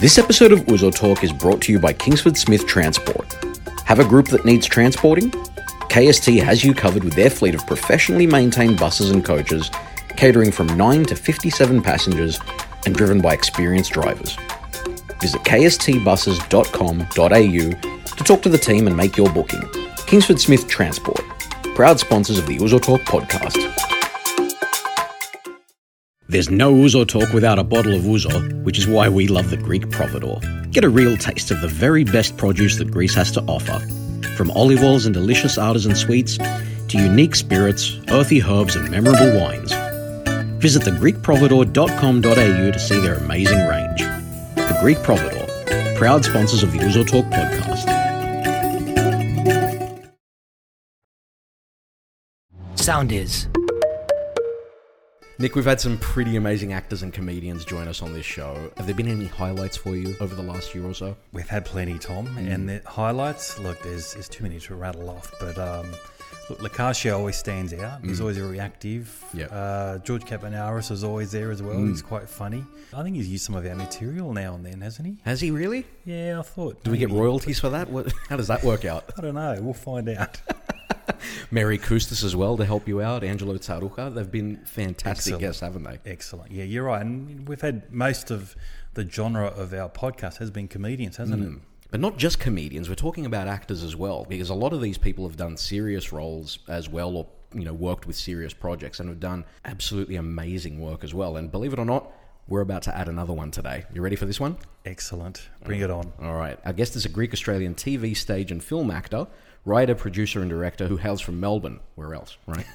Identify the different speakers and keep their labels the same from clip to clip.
Speaker 1: This episode of Uzo Talk is brought to you by Kingsford Smith Transport. Have a group that needs transporting? KST has you covered with their fleet of professionally maintained buses and coaches, catering from 9 to 57 passengers and driven by experienced drivers. Visit kstbuses.com.au to talk to the team and make your booking. Kingsford Smith Transport, proud sponsors of the Uzo Talk podcast. There's no Ouzo talk without a bottle of Ouzo, which is why we love the Greek Providor. Get a real taste of the very best produce that Greece has to offer. From olive oils and delicious artisan sweets to unique spirits, earthy herbs, and memorable wines. Visit thegreekprovidor.com.au to see their amazing range. The Greek Providor, proud sponsors of the Ouzo Talk podcast.
Speaker 2: Sound is.
Speaker 1: Nick, we've had some pretty amazing actors and comedians join us on this show. Have there been any highlights for you over the last year or so?
Speaker 3: We've had plenty, Tom, and the highlights. Look, there's, there's too many to rattle off, but um, look, Lacasio always stands out. He's always very active.
Speaker 1: Yep.
Speaker 3: Uh, George Capanaris is always there as well. He's quite funny. I think he's used some of our material now and then, hasn't he?
Speaker 1: Has he really?
Speaker 3: Yeah, I thought.
Speaker 1: Do we get royalties for that? What, how does that work out?
Speaker 3: I don't know. We'll find out.
Speaker 1: Mary Kustis as well to help you out. Angelo Taruka. They've been fantastic
Speaker 3: Excellent.
Speaker 1: guests, haven't they?
Speaker 3: Excellent. Yeah, you're right. And we've had most of the genre of our podcast has been comedians, hasn't it?
Speaker 1: But not just comedians. We're talking about actors as well, because a lot of these people have done serious roles as well, or you know, worked with serious projects and have done absolutely amazing work as well. And believe it or not, we're about to add another one today. You ready for this one?
Speaker 3: Excellent. Bring it on.
Speaker 1: All right. Our guest is a Greek Australian TV, stage, and film actor, writer, producer, and director who hails from Melbourne. Where else, right?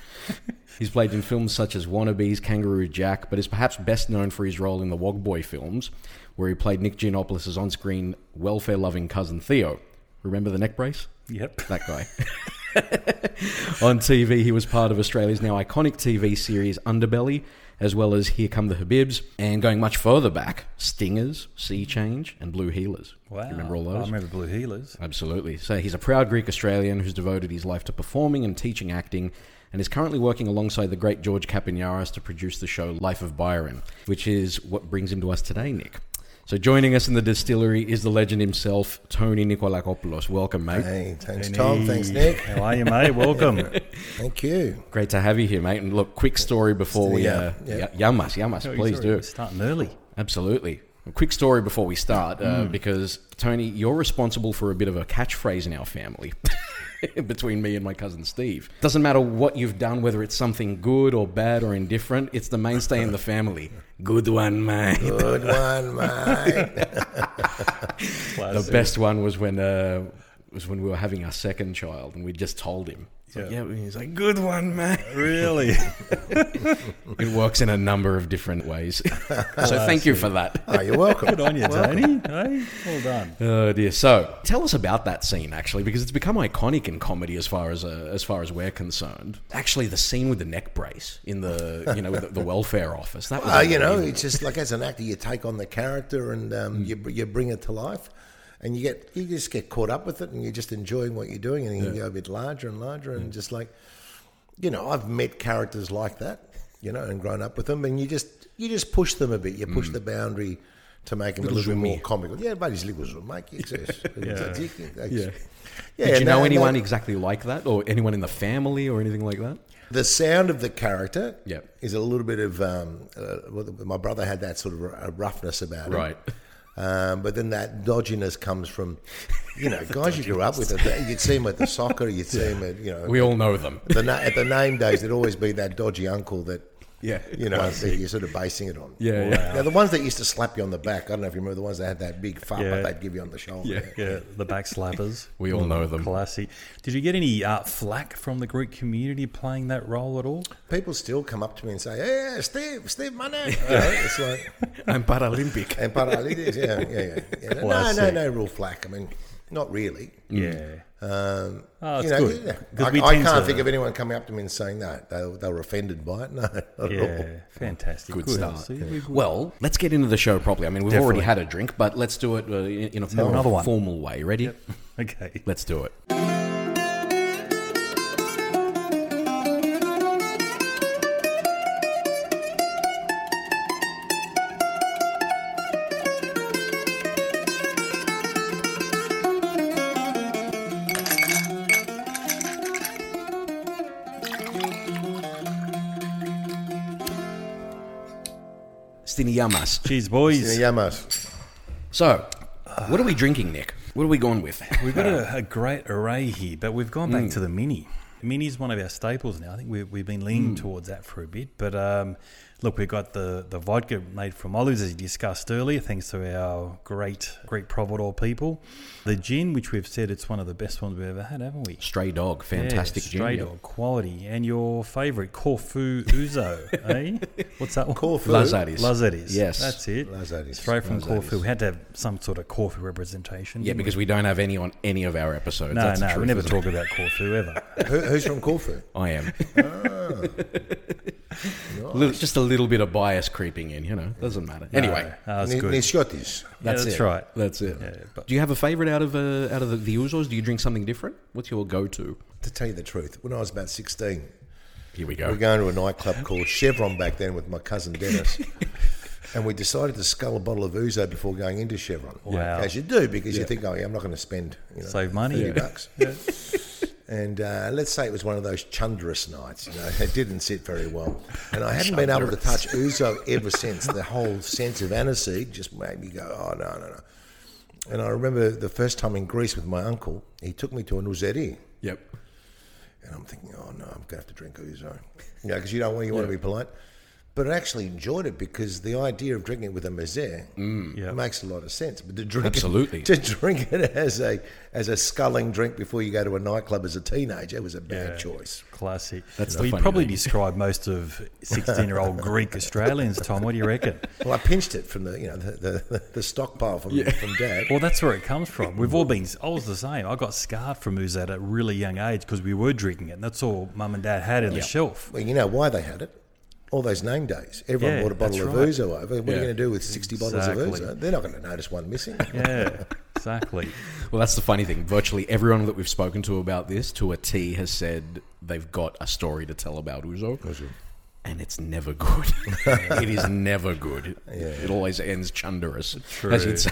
Speaker 1: He's played in films such as Wannabes, Kangaroo Jack, but is perhaps best known for his role in the Wog Boy films, where he played Nick Giannopoulos' on screen, welfare loving cousin Theo. Remember the neck brace?
Speaker 3: Yep.
Speaker 1: That guy. on TV, he was part of Australia's now iconic TV series Underbelly, as well as Here Come the Habibs, and going much further back, Stingers, Sea Change, and Blue Healers.
Speaker 3: Wow.
Speaker 1: Remember all
Speaker 3: I
Speaker 1: those?
Speaker 3: remember Blue Healers.
Speaker 1: Absolutely. So he's a proud Greek Australian who's devoted his life to performing and teaching acting and is currently working alongside the great George Capignaras to produce the show Life of Byron, which is what brings him to us today, Nick. So joining us in the distillery is the legend himself, Tony Nikolakopoulos. Welcome, mate.
Speaker 4: Hey, thanks, Tom. Thanks,
Speaker 3: Hey.
Speaker 4: Nick.
Speaker 3: How are you, mate? Welcome.
Speaker 4: Thank you.
Speaker 1: Great to have you here, mate. And look, quick story before we...
Speaker 4: Yeah,
Speaker 1: Uh,
Speaker 4: yeah.
Speaker 1: yeah, yamas, yamas, please
Speaker 3: Sorry,
Speaker 1: do.
Speaker 3: we're Starting early.
Speaker 1: Absolutely. A quick story before we start, uh, because Tony, you're responsible for a bit of a catchphrase in our family between me and my cousin Steve. Doesn't matter what you've done, whether it's something good or bad or indifferent, it's the mainstay in the family. Good one, mate.
Speaker 4: Good one, mate.
Speaker 1: The best one was when uh, was when we were having our second child, and we just told him. It's like, yeah, he's like, good one, mate.
Speaker 3: Really?
Speaker 1: It works in a number of different ways. so thank you for that.
Speaker 4: Oh, you're welcome.
Speaker 3: Good on you, Tony. Hey, well done.
Speaker 1: Oh dear. So, tell us about that scene actually, because it's become iconic in comedy as far as uh, as far as we're concerned. Actually, the scene with the neck brace in the you know the, the welfare office that was
Speaker 4: Uh, you know, it's just like as an actor, you take on the character and um, you you, you bring it to life, and you get you just get caught up with it, and you're just enjoying what you're doing, and you go a bit larger and larger, and just like, you know, I've met characters like that, you know, and grown up with them, and you just you just push them a bit, you push the boundary to make them a little bit more comical. Yeah, but he's little zoom, mate. It's, it's, it's, it's, it's, yeah.
Speaker 1: Did you know
Speaker 4: no, no.
Speaker 1: anyone exactly like that, or anyone in the family, or anything like that?
Speaker 4: The sound of the character
Speaker 1: Yep.
Speaker 4: is a little bit of. Um, uh, well, my brother had that sort of a roughness about him.
Speaker 1: Right.
Speaker 4: Um, but then that dodginess comes from, you know, guys you grew up with. It. You'd see him at the soccer, you'd see him at, you know,
Speaker 1: We all know them.
Speaker 4: the na- at the name days, there'd always be that dodgy uncle that,
Speaker 1: Yeah.
Speaker 4: you know, that you're sort of basing it on.
Speaker 1: Yeah,
Speaker 4: Wow.
Speaker 1: yeah.
Speaker 4: Now, the ones that used to slap you on the back, I don't know if you remember the ones that had that big fart
Speaker 3: Yeah.
Speaker 4: they'd give you on the shoulder.
Speaker 1: Yeah.
Speaker 3: Yeah, the back slappers.
Speaker 1: We all know them.
Speaker 3: Classy. Did you get any uh, flack from the Greek community playing that role at all?
Speaker 4: People still come up to me and say, "Yeah, yeah, Steve, Steve, my name." You know, it's like.
Speaker 1: I'm Paralympic.
Speaker 4: And paralytics, yeah, yeah, yeah. yeah. No, No, no,
Speaker 3: Classic.
Speaker 4: no real flack. I mean, not really.
Speaker 3: Yeah.
Speaker 4: Um, you
Speaker 3: Oh, it's
Speaker 4: know,
Speaker 3: good.
Speaker 4: yeah.
Speaker 3: 'Cause
Speaker 4: I,
Speaker 3: we
Speaker 4: I
Speaker 3: tend
Speaker 4: can't
Speaker 3: to-
Speaker 4: think of anyone coming up to me and saying no. They, they were offended by it. No, not at all.
Speaker 3: Yeah, fantastic.
Speaker 1: Good start.
Speaker 3: See, we-
Speaker 1: Well, let's get into the show properly. I mean, we've already had a drink, but let's do it uh, in in a more
Speaker 3: another one.
Speaker 1: formal way. Ready?
Speaker 3: Okay.
Speaker 1: Let's do it. Stini Yamas.
Speaker 3: Cheers,
Speaker 4: Yeah,
Speaker 3: boys.
Speaker 4: Yamas.
Speaker 1: So, what are we drinking, Nick? What are we going with?
Speaker 3: We've got a, a great array here, but we've gone
Speaker 1: Mm.
Speaker 3: back to the mini. Mini is one of our staples now. I think we, we've been leaning
Speaker 1: Mm.
Speaker 3: towards that for a bit. But um, look, we've got the, the vodka made from olives, as you discussed earlier, thanks to our great, great Providor people. The gin, which we've said it's one of the best ones we've ever had, haven't we?
Speaker 1: Stray Dog, fantastic
Speaker 3: yeah,
Speaker 1: gin.
Speaker 3: straight or quality. And your favourite, Corfu Uzo, eh? What's that one?
Speaker 4: Corfu.
Speaker 1: Lazardis.
Speaker 3: Lazardis.
Speaker 1: Yes.
Speaker 3: That's it.
Speaker 4: Lazardis.
Speaker 3: Straight from Corfu. We had to have some sort of Corfu representation.
Speaker 1: Yeah,
Speaker 3: didn't
Speaker 1: because we don't have any on any of our episodes.
Speaker 3: No,
Speaker 1: That's the
Speaker 3: no, we
Speaker 1: truth,
Speaker 3: never
Speaker 1: isn't
Speaker 3: talk about Corfu ever.
Speaker 4: Who, who's from Corfu?
Speaker 1: it? I am. Little- just a little bit of bias creeping in, you know. Doesn't matter. Anyway,
Speaker 3: Ah, that's
Speaker 4: Ni-
Speaker 3: good.
Speaker 4: Nisciotis.
Speaker 1: that's,
Speaker 3: yeah, that's
Speaker 1: it.
Speaker 3: right.
Speaker 1: That's it.
Speaker 3: Yeah, but-
Speaker 1: Do you have a favorite out of uh, out of the, the Uzos? Do you drink something different? What's your go-to?
Speaker 4: To tell you the truth, when I was about 16,
Speaker 1: Here we
Speaker 4: we
Speaker 1: go.
Speaker 4: were going to a nightclub called Chevron back then with my cousin Dennis. And we decided to scull a bottle of Ouzo before going into Chevron.
Speaker 3: Wow.
Speaker 4: As you do, because you think, oh, yeah, I'm not going to spend you know,
Speaker 3: Save money.
Speaker 4: 30
Speaker 3: Yeah.
Speaker 4: bucks. And uh, let's say it was one of those chundrous nights. You know, it didn't sit very well. And I hadn't been able to touch Ouzo ever since. The whole sense of aniseed just made me go, oh, no, no, no. And I remember the first time in Greece with my uncle, he took me to an Uzeri.
Speaker 1: Yep.
Speaker 4: And I'm thinking, oh no, I'm going to have to drink ouzo. You know, because you don't want you want to be polite. But I actually enjoyed it because the idea of drinking it with a mazer
Speaker 3: Yeah.
Speaker 4: makes a lot of sense. But to drink
Speaker 1: Mm. Absolutely.
Speaker 4: it, to drink it as a as a sculling drink before you go to a nightclub as a teenager was a bad
Speaker 3: Yeah.
Speaker 4: choice.
Speaker 3: Classic.
Speaker 1: That's the
Speaker 3: we
Speaker 1: funny
Speaker 3: probably
Speaker 1: thing.
Speaker 3: describe most of 16 year old Greek Australians, Tom. What do you reckon?
Speaker 4: Well, I pinched it from the you know the the, the stockpile from from dad.
Speaker 3: Well, that's where it comes from. We've all been, I was the same. I got scarred from ooze at a really young age because we were drinking it. And that's all mum and dad had in the shelf.
Speaker 4: Well, you know why they had it. All those name days, everyone
Speaker 3: Yeah,
Speaker 4: bought a bottle
Speaker 3: that's
Speaker 4: of
Speaker 3: right.
Speaker 4: ouzo over. What are you
Speaker 1: Yeah.
Speaker 4: going to do with sixty bottles
Speaker 3: Exactly.
Speaker 4: of ouzo? They're not going to notice one missing.
Speaker 3: Yeah, exactly.
Speaker 1: Well, that's the funny thing. Virtually everyone that we've spoken to about this, to a T, has said they've got a story to tell about Uzo. And it's never good. it is never good. It always ends chunderous.
Speaker 3: True.
Speaker 1: As you'd say.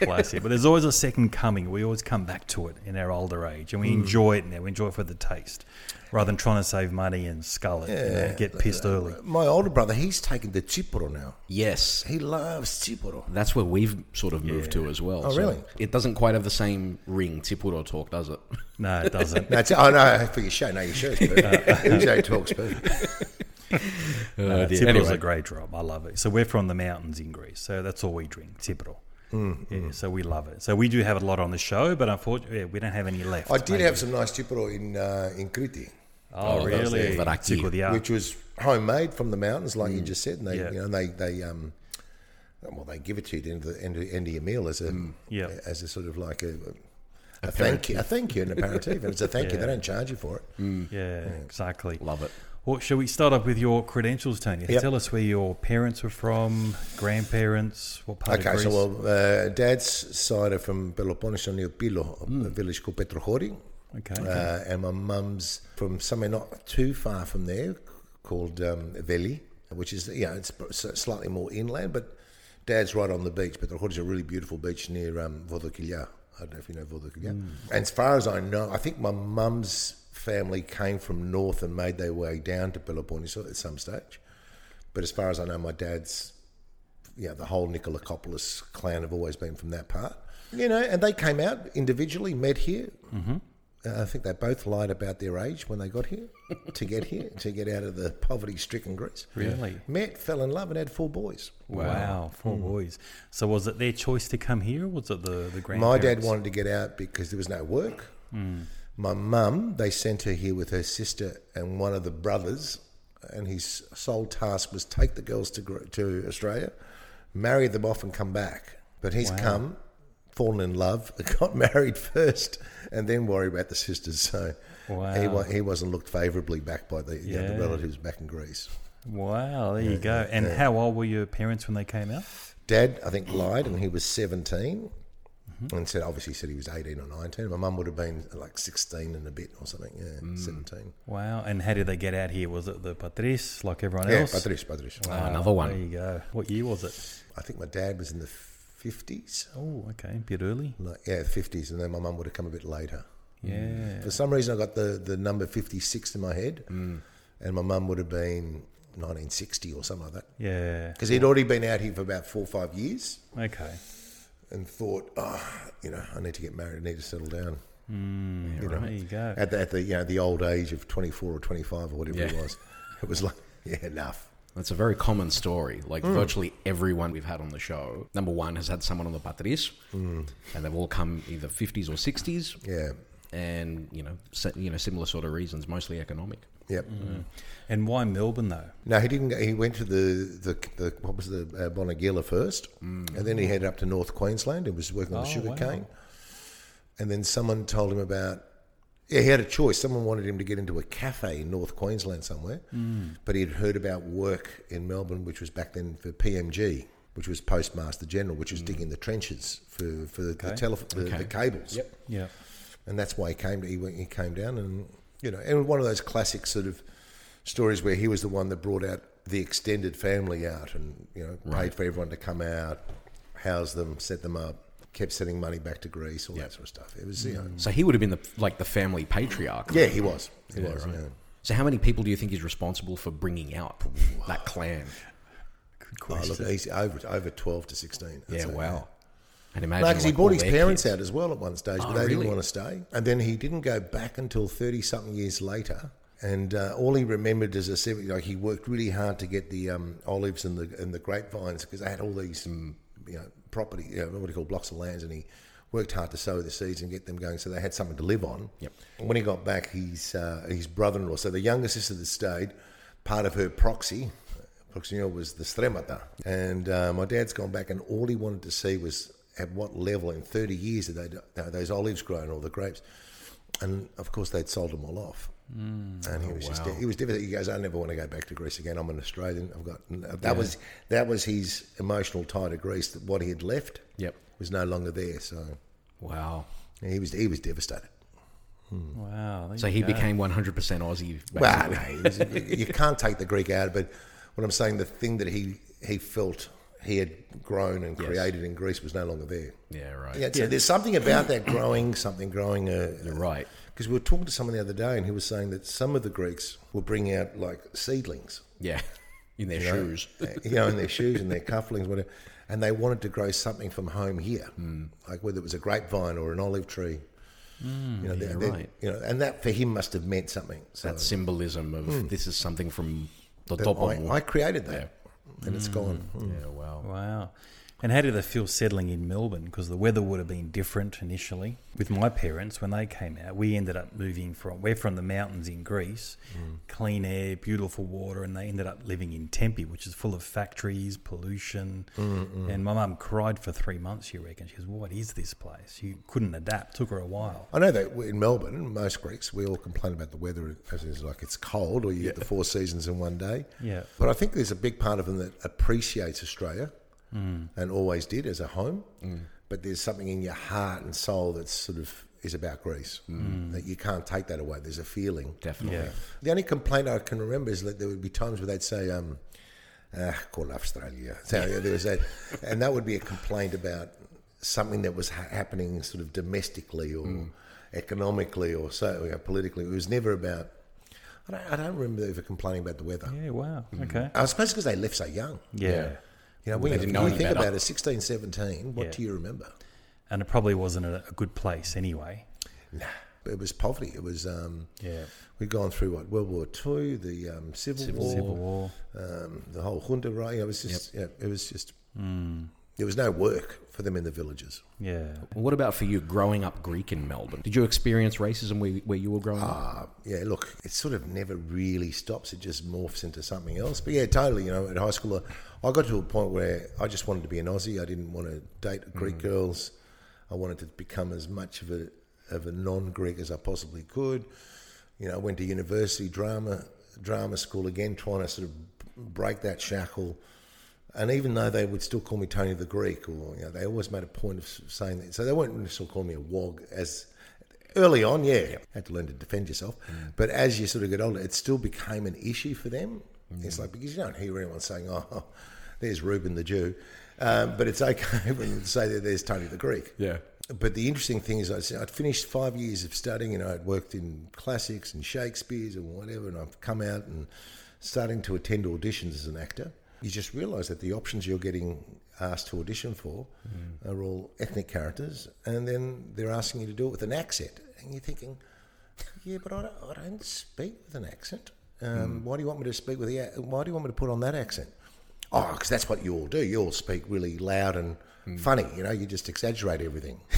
Speaker 3: Classic. But there's always a second coming. We always come back to it in our older age and we
Speaker 4: Hmm.
Speaker 3: enjoy it now. We enjoy it for the taste rather than trying to save money and scull it and get pissed early.
Speaker 4: My older brother, he's taken to Chipuro now.
Speaker 1: Yes.
Speaker 4: He loves Chipuro.
Speaker 1: That's where we've sort of moved to as well.
Speaker 4: Oh, really?
Speaker 1: It doesn't quite have the same ring, Tipuro talk, does it?
Speaker 3: No, it doesn't.
Speaker 4: No, it's, oh no, for your show, no, your show's perfect. Uzo talks perfect. Oh,
Speaker 3: Uh,
Speaker 1: dear.
Speaker 3: Tipiro's
Speaker 1: Anyway.
Speaker 3: a great drop. I love it. So we're from the mountains in Greece, so that's all we drink, Tipiro.
Speaker 4: Hmm,
Speaker 3: yeah, so we love it. So we do have a lot on the show, but unfortunately, yeah, we don't have any left.
Speaker 4: I did
Speaker 3: Maybe-
Speaker 4: have some nice Chipuro in uh, in Crete,
Speaker 3: Oh,
Speaker 1: Oh, that was
Speaker 3: really?
Speaker 1: the Varaki.
Speaker 3: Tsikodia.
Speaker 4: which was homemade from the mountains, like you just said. And they,
Speaker 3: Mm. Yeah.
Speaker 4: you know, they they um, well, they give it to you at the end of, the, end of, end of your meal as a
Speaker 3: Yeah.
Speaker 4: as a sort of like a. A, thank you, a thank you, and aperitif, and it's a thank you. They don't charge you for it. Mm.
Speaker 3: yeah, exactly.
Speaker 1: Love it.
Speaker 3: Well, shall we start off with your credentials, Tony?
Speaker 4: Yep.
Speaker 3: Tell us where your parents were from, grandparents, what part
Speaker 4: Okay,
Speaker 3: of Greece.
Speaker 4: so well, uh, Dad's side are from Peloponnesus near Pilo, a village called Petrochori,
Speaker 3: okay.
Speaker 4: uh, and my mum's from somewhere not too far from there called um, Veli, which is yeah, it's pr- s- slightly more inland, but Dad's right on the beach. But the is a really beautiful beach near um, Vodokilya. I don't know if you know Vodokilya. And as far as I know, I think my mum's family came from north and made their way down to Peloponnesus at some stage. But as far as I know, my dad's yeah, the whole Nicolacopoulos clan have always been from that part. You know, and they came out individually, met here. Mm-hmm. Uh, I think they both lied about their age when they got here to get here, to get out of the poverty stricken Greece.
Speaker 3: Really?
Speaker 4: Met, fell in love, and had four boys.
Speaker 3: wow. four boys. So was it their choice to come here, or was it the, the grandparents? Hmm.
Speaker 4: My dad wanted to get out because there was no work. My mum, they sent her here with her sister and one of the brothers, and his sole task was take the girls to Gr- to Australia, marry them off, and come back. But he's come, fallen in love, got married first, and then worry about the sisters. So he
Speaker 3: Wow.
Speaker 4: wa- he wasn't looked favourably back by the, you know,
Speaker 3: Yeah.
Speaker 4: the relatives back in Greece.
Speaker 3: Wow, there you go. And how old were your parents when they came out?
Speaker 4: Dad, I think, lied and he was 17 and said, obviously, said he was 18 or 19. My mum would have been like 16 and a bit or something. Yeah,
Speaker 3: Mm.
Speaker 4: 17.
Speaker 3: Wow. And how did they get out here? Was it the Patris, like everyone
Speaker 4: Yeah,
Speaker 3: else?
Speaker 4: Padres, Padres.
Speaker 1: Oh, another one.
Speaker 3: There you go. What year was it?
Speaker 4: I think my dad was in the 50s.
Speaker 3: Oh, okay. A bit early.
Speaker 4: Like, yeah, 50s. And then my mum would have come a bit later.
Speaker 3: Yeah.
Speaker 4: Mm.
Speaker 3: Mm.
Speaker 4: For some reason, I got the, the number 56 in my head. And my mum would have been 1960 or something like that.
Speaker 3: Yeah.
Speaker 4: Because he'd already been out here for about four or five years
Speaker 3: Okay.
Speaker 4: and thought, oh, you know, I need to get married, I need to settle down. you know,
Speaker 3: There you go.
Speaker 4: At the, at the you know the old age of 24 or 25 or whatever it
Speaker 1: Yeah.
Speaker 4: was, it was like, yeah, enough.
Speaker 1: That's a very common story. Like
Speaker 4: Hmm.
Speaker 1: virtually everyone we've had on the show, number one has had someone on the patris,
Speaker 4: Hmm.
Speaker 1: and they've all come either fifties or sixties,
Speaker 4: Yeah,
Speaker 1: and you know, se- you know, similar sort of reasons, mostly economic.
Speaker 4: yep.
Speaker 3: Mm. And why Melbourne though?
Speaker 4: No, he didn't. Go, he went to the, the, the what was the uh, Bonagilla first, and then he headed up to North Queensland and was working on the
Speaker 3: Mm. Oh,
Speaker 4: sugar
Speaker 3: wow.
Speaker 4: cane. And then someone told him about. Yeah, he had a choice. Someone wanted him to get into a cafe in North Queensland somewhere,
Speaker 3: Mm.
Speaker 4: but he had heard about work in Melbourne, which was back then for PMG, which was Postmaster General, which
Speaker 3: Mm.
Speaker 4: was digging the trenches for for the, tele- the, the cables
Speaker 3: Yeah.
Speaker 4: and that's why he came. He, went, he came down, and you know, and one of those classic sort of stories where he was the one that brought out the extended family out, and you know, paid for everyone to come out, house them, set them up, kept sending money back to Greece, all that sort of stuff. It was, you know,
Speaker 1: So he would have been the like the family patriarch.
Speaker 4: yeah, he was, he was, yeah.
Speaker 1: So how many people do you think is responsible for bringing out that clan?
Speaker 3: Good
Speaker 4: Oh,
Speaker 3: question.
Speaker 4: look, he's over over twelve to sixteen. I'd
Speaker 1: Yeah,
Speaker 4: say.
Speaker 1: wow. And imagine
Speaker 4: No, because he
Speaker 1: like, all
Speaker 4: brought his
Speaker 1: their
Speaker 4: parents
Speaker 1: kids.
Speaker 4: out as well at one stage, but
Speaker 1: Oh,
Speaker 4: they
Speaker 1: really?
Speaker 4: didn't want to stay. And then he didn't go back until 30 something years later. And uh, all he remembered is a seven, like he worked really hard to get the um, olives and the and the grapevines because they had all these um, you know property, you know, what do you call blocks of lands, and he worked hard to sow the seeds and get them going so they had something to live on.
Speaker 1: Yep.
Speaker 4: And when he got back, his uh, his brother-in-law, so the younger sister that stayed, part of her proxy, proxinol was the stremata. And uh, my dad's gone back, and all he wanted to see was at what level in 30 years had they, had those olives grown or the grapes. And of course, they'd sold them all off. And he was just he was devastated. He goes, "I never want to go back to Greece again. I'm an Australian. I've got that was that was his emotional tie to Greece. That what he had left
Speaker 1: Yep.
Speaker 4: was no longer there. So
Speaker 1: Wow.
Speaker 4: he was he was devastated.
Speaker 3: Wow. there
Speaker 1: So
Speaker 3: you
Speaker 1: he
Speaker 3: go.
Speaker 1: became 100% Aussie.
Speaker 4: Well, no, you- you can't take the Greek out of it. What I'm saying, the thing that he he felt he had grown and created in Greece was no longer there.
Speaker 1: Yeah, right.
Speaker 4: Yeah, so there's something about that growing, something growing. Uh,
Speaker 1: You're right.
Speaker 4: Because we were talking to someone the other day, and he was saying that some of the Greeks were bringing out like seedlings,
Speaker 1: Yeah. In their shoes.
Speaker 4: uh, you know, in their shoes and their cufflinks, whatever, and they wanted to grow something from home here, like whether it was a grapevine or an olive tree. you know, they- they-
Speaker 1: right.
Speaker 4: You know, and that for him must have meant something. So Hmm.
Speaker 1: That symbolism of this is something from the
Speaker 4: that
Speaker 1: top of
Speaker 4: I, I created that, and it's gone. Mm.
Speaker 1: Yeah, wow.
Speaker 3: Wow. And how did they feel settling in Melbourne? Because the weather would have been different initially. With my parents, when they came out, we ended up moving from, we're from the mountains in Greece, clean air, beautiful water, and they ended up living in Tempe, which is full of factories, pollution. And my mum cried for three months, she reckoned. She goes, What is this place? You couldn't adapt. Took her a while.
Speaker 4: I know that we- in Melbourne, most Greeks, we all complain about the weather as it's like it's cold or you get the four seasons in one day.
Speaker 3: Yeah.
Speaker 4: But I think there's a big part of them that appreciates Australia
Speaker 1: Mm.
Speaker 4: and always did as a home. But there's something in your heart and soul that's sort of is about Greece that you can't take that away. There's a feeling.
Speaker 1: Mm. Definitely.
Speaker 3: Yeah.
Speaker 4: The only complaint I can remember is that there would be times where they'd say, um, ah, call Australia. So yeah, there was that, and that would be a complaint about something that was ha- happening sort of domestically or economically or so you know, politically. It was never about. I don't, I don't remember ever complaining about the weather.
Speaker 3: Yeah, wow. Okay.
Speaker 4: I suppose because they left so young.
Speaker 3: Mm. Yeah.
Speaker 4: You know, when you
Speaker 1: didn't know
Speaker 4: when you
Speaker 1: any
Speaker 4: think
Speaker 1: better.
Speaker 4: about it, 16, 17, what
Speaker 3: Yeah.
Speaker 4: do you remember?
Speaker 3: And it probably wasn't a, a good place anyway.
Speaker 4: Nah, it was poverty. It was um,
Speaker 3: Yeah.
Speaker 4: we'd gone through what World War Two, the um, Civil, War,
Speaker 3: Civil War.
Speaker 4: um, the whole junta right it was just yeah, it was just there was no work for them in the villages
Speaker 3: Yeah.
Speaker 1: Well, What about for you growing up Greek in Melbourne? Did you experience racism where, where you were growing up?
Speaker 4: uh, yeah look it sort of never really stops it just morphs into something else but yeah totally you know at high school I- i got to a point where i just wanted to be an aussie i didn't want to date greek girls i wanted to become as much of a of a non-greek as i possibly could you know i went to university drama drama school again trying to sort of break that shackle And even though they would still call me Tony the Greek, or you know, they always made a point of s- saying that. So they weren't necessarily calling me a wog as early on. Yeah, had to learn to defend yourself. But as you sort of get older, it still became an issue for them. It's like because you don't hear anyone saying, "Oh, there's Reuben the Jew," um, but it's okay when you say that there's Tony the Greek.
Speaker 1: Yeah.
Speaker 4: But the interesting thing is, I'd, I'd finished five years of studying, and I'd worked in classics and Shakespeare's and whatever, and I've come out and starting to attend auditions as an actor, you just realise that the options you're getting asked to audition for are all ethnic characters, and then they're asking you to do it with an accent, and you're thinking, "Yeah, but I don't, I don't speak with an accent. Um, Why do you want me to speak with the? ac- Why do you want me to put on that accent? Oh, because that's what you all do. You all speak really loud and funny. You know, you just exaggerate everything."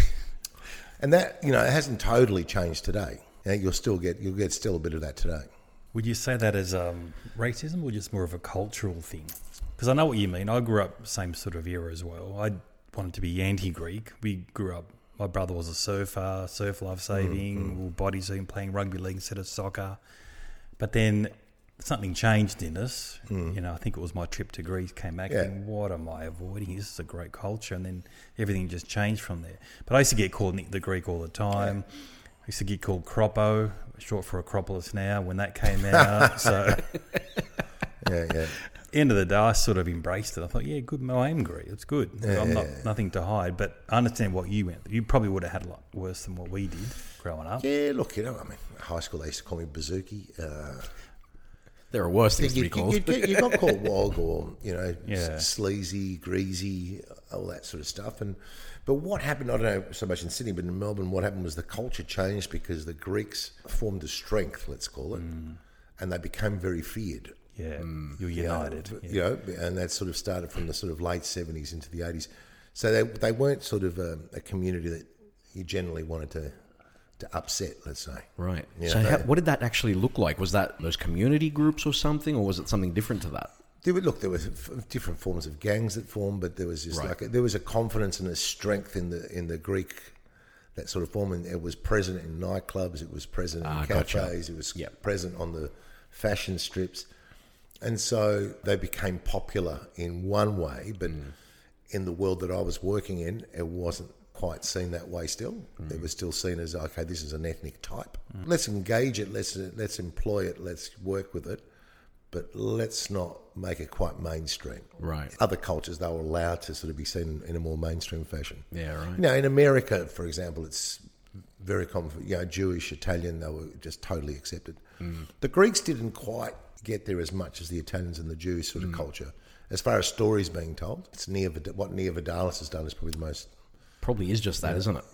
Speaker 4: And that you know it hasn't totally changed today. You know, you'll still get you'll get still a bit of that today.
Speaker 3: Would you say that as um, racism or just more of a cultural thing? Because I know what you mean. I grew up same sort of era as well. I wanted to be anti-Greek. We grew up. My brother was a surfer, surf lifesaving, mm-hmm. bodysuit, playing rugby league instead of soccer. But then something changed in us. You know, I think it was my trip to Greece. Came back
Speaker 4: Hmm. Yeah.
Speaker 3: and what am I avoiding? This is a great culture, and then everything just changed from there. But I used to get called Nick the Greek all the time. I used to get called Croppo, short for Acropolis now, when that came out. so,
Speaker 4: Yeah, yeah.
Speaker 3: end of the day, I sort of embraced it. I thought, yeah, good, I am Greek. It's good. I'm not nothing to hide. But I understand what you went. through. You probably would have had a lot worse than what we did growing up.
Speaker 4: Yeah, look, you know, I mean, high school they used to call me Bazooki. Uh,
Speaker 1: There are worse things to
Speaker 4: you,
Speaker 1: be
Speaker 4: you-
Speaker 1: called.
Speaker 4: you get- you got called wog or you know s-
Speaker 3: Yeah.
Speaker 4: sleazy, greasy, all that sort of stuff. And but what happened? I don't know so much in Sydney, but in Melbourne, what happened was the culture changed because the Greeks formed a strength, let's call it, and they became very feared.
Speaker 3: Yeah,
Speaker 4: Mm.
Speaker 3: you're united.
Speaker 4: you know, and that sort of started from the sort of late seventies into the eighties. So they they weren't sort of a, a community that you generally wanted to to upset, let's say.
Speaker 1: Right.
Speaker 4: Yeah.
Speaker 1: so, how, what did that actually look like? Was that those community groups or something, or was it something different to that?
Speaker 4: There were, look, there were f- different forms of gangs that formed, but there was just
Speaker 1: Right.
Speaker 4: like a, there was a confidence and a strength in the in the Greek that sort of form, and it was present in nightclubs, it was present in
Speaker 1: Ah,
Speaker 4: cafes,
Speaker 1: gotcha.
Speaker 4: it was
Speaker 1: Yep.
Speaker 4: present on the fashion strips, and so they became popular in one way, but
Speaker 1: Mm.
Speaker 4: in the world that I was working in, it wasn't quite seen that way. Still,
Speaker 1: Mm.
Speaker 4: it was still seen as okay, this is an ethnic type. Let's engage it. Let's let's employ it. Let's work with it but let's not make it quite mainstream.
Speaker 1: Right.
Speaker 4: Other cultures, they were allowed to sort of be seen in a more mainstream fashion.
Speaker 1: Yeah, right.
Speaker 4: You know, in America, for example, it's very common, for, you know, Jewish, Italian, they were just totally accepted.
Speaker 3: Mm.
Speaker 4: The Greeks didn't quite get there as much as the Italians and the Jews
Speaker 3: Mm.
Speaker 4: sort of culture. As far as stories being told, it's Neo, Vid- what Neo Vidalis has done is probably the most
Speaker 1: Probably is just that, not it?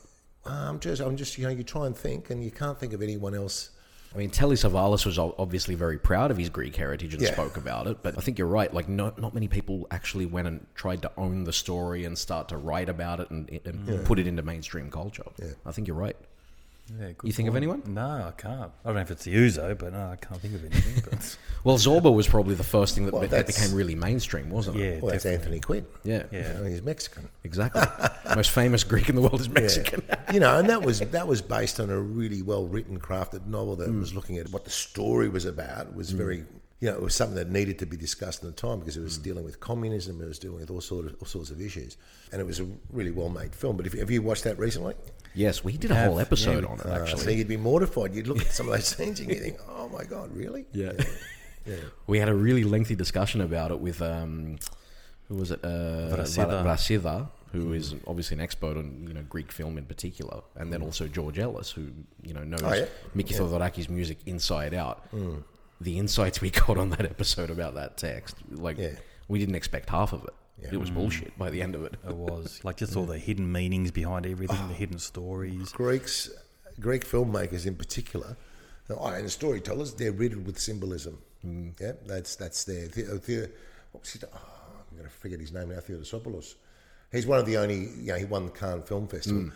Speaker 4: um, just, I'm just, you know, you try and think and you can't think of anyone else
Speaker 1: I mean, Telly Savalas was o- obviously very proud of his Greek heritage and
Speaker 4: Yeah.
Speaker 1: spoke about it, but I think you're right. Like, not, not many people actually went and tried to own the story and start to write about it and, and put it into mainstream culture. I think you're right.
Speaker 3: Yeah, good
Speaker 1: You think of
Speaker 3: point.
Speaker 1: anyone?
Speaker 3: No, I can't. I don't know if it's the Uzo, but no, I can't think of anything. But
Speaker 1: Well, Zorba was probably the first thing that,
Speaker 4: Well,
Speaker 1: be- that
Speaker 4: that's-
Speaker 1: became really mainstream, wasn't
Speaker 3: yeah,
Speaker 1: it?
Speaker 4: Well, that's
Speaker 3: definitely.
Speaker 4: Anthony Quinn.
Speaker 1: Yeah.
Speaker 4: You
Speaker 3: Yeah.
Speaker 4: know, he's Mexican.
Speaker 1: Exactly. Most famous Greek in the world is Mexican.
Speaker 4: you know, and that was that was based on a really well written, crafted novel that
Speaker 1: Mm.
Speaker 4: was looking at what the story was about. It was very, you know, it was something that needed to be discussed at the time because it
Speaker 1: Mm.
Speaker 4: was dealing with communism, it was dealing with all sort of all sorts of issues, and it was a really well made film. But if, have you watched that recently?
Speaker 1: Yes, we did a whole episode on it,
Speaker 4: Uh,
Speaker 1: actually.
Speaker 4: so you'd be mortified. You'd look at some of those scenes and you think, "Oh my god, really?"
Speaker 1: Yeah. We had a really lengthy discussion about it with um, who was it? Uh,
Speaker 3: Vrasida.
Speaker 1: Vra- Vrasida, who
Speaker 4: Mm.
Speaker 1: is obviously an expert on you know Greek film in particular, and then also George Ellis, who you know knows
Speaker 4: Mm. Oh, yeah. Mm.
Speaker 1: Miki Thodoraki's music inside out. The insights we got on that episode about that text, like
Speaker 4: Yeah. Mm.
Speaker 1: we didn't expect half of it. It was bullshit by the end of it.
Speaker 3: It was like just all the hidden meanings behind everything,
Speaker 1: Oh.
Speaker 3: the hidden stories.
Speaker 4: Greeks, Greek filmmakers in particular, oh, and storytellers, they're riddled with symbolism. Mm. Yeah, that's that's their. The, uh, the, what was his, oh, I'm going to forget his name now. Theodosopoulos. He's one of the only. You know, he won the Cannes Film Festival.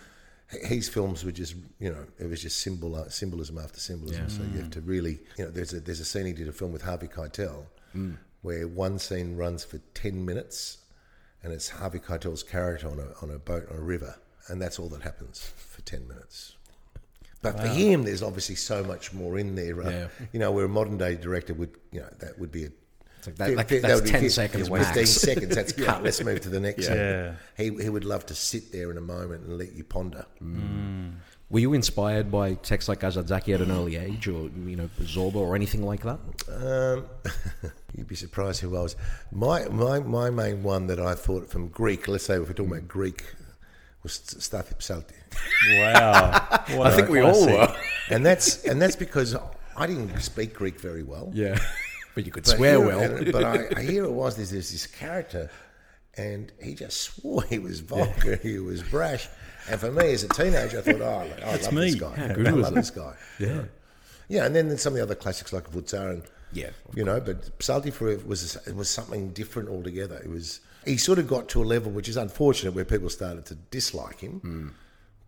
Speaker 4: H- His films were just, you know, it was just symbol uh, symbolism after symbolism. So you have to really, you know, there's a there's a scene he did a film with Harvey Keitel, where one scene runs for ten minutes, and it's Harvey Keitel's character on a, on a boat on a river, and that's all that happens for 10 minutes. But for him, there's obviously so much more in there. Right?
Speaker 1: Yeah.
Speaker 4: You know, where a modern day director would, you know, that would be a.
Speaker 1: like that- like that's 10 seconds
Speaker 4: Fifteen
Speaker 1: max.
Speaker 4: seconds. That's cut. Let's move to the next.
Speaker 3: Yeah.
Speaker 4: scene. He he would love to sit there in a moment and let you ponder.
Speaker 1: Were you inspired by texts like Azadzaki at an early age, or you know Zorba, or anything like that?
Speaker 4: Um, you'd be surprised who I was. My, my my main one that I thought from Greek. Let's say if we're talking about Greek, was Stathis Psalti.
Speaker 3: Wow. What
Speaker 1: I
Speaker 3: a
Speaker 1: think we all
Speaker 3: classic.
Speaker 1: were.
Speaker 4: and that's and that's because I didn't speak Greek very well.
Speaker 1: Yeah. But But you could
Speaker 4: But
Speaker 1: swear
Speaker 4: here-
Speaker 1: well.
Speaker 4: and- but I, I hear it was this there's this character, and he just swore he was vulgar, he was brash, and for me as a teenager, I thought, oh, I love
Speaker 3: me.
Speaker 4: this guy.
Speaker 1: How good
Speaker 4: I
Speaker 1: was
Speaker 4: love
Speaker 1: it?
Speaker 4: this guy. Yeah, yeah, and then there's some of the other classics like Vutzar and
Speaker 1: Yeah.
Speaker 4: you know, but Salty Forever was it was something different altogether. It was he sort of got to a level which is unfortunate where people started to dislike him.
Speaker 1: Hmm.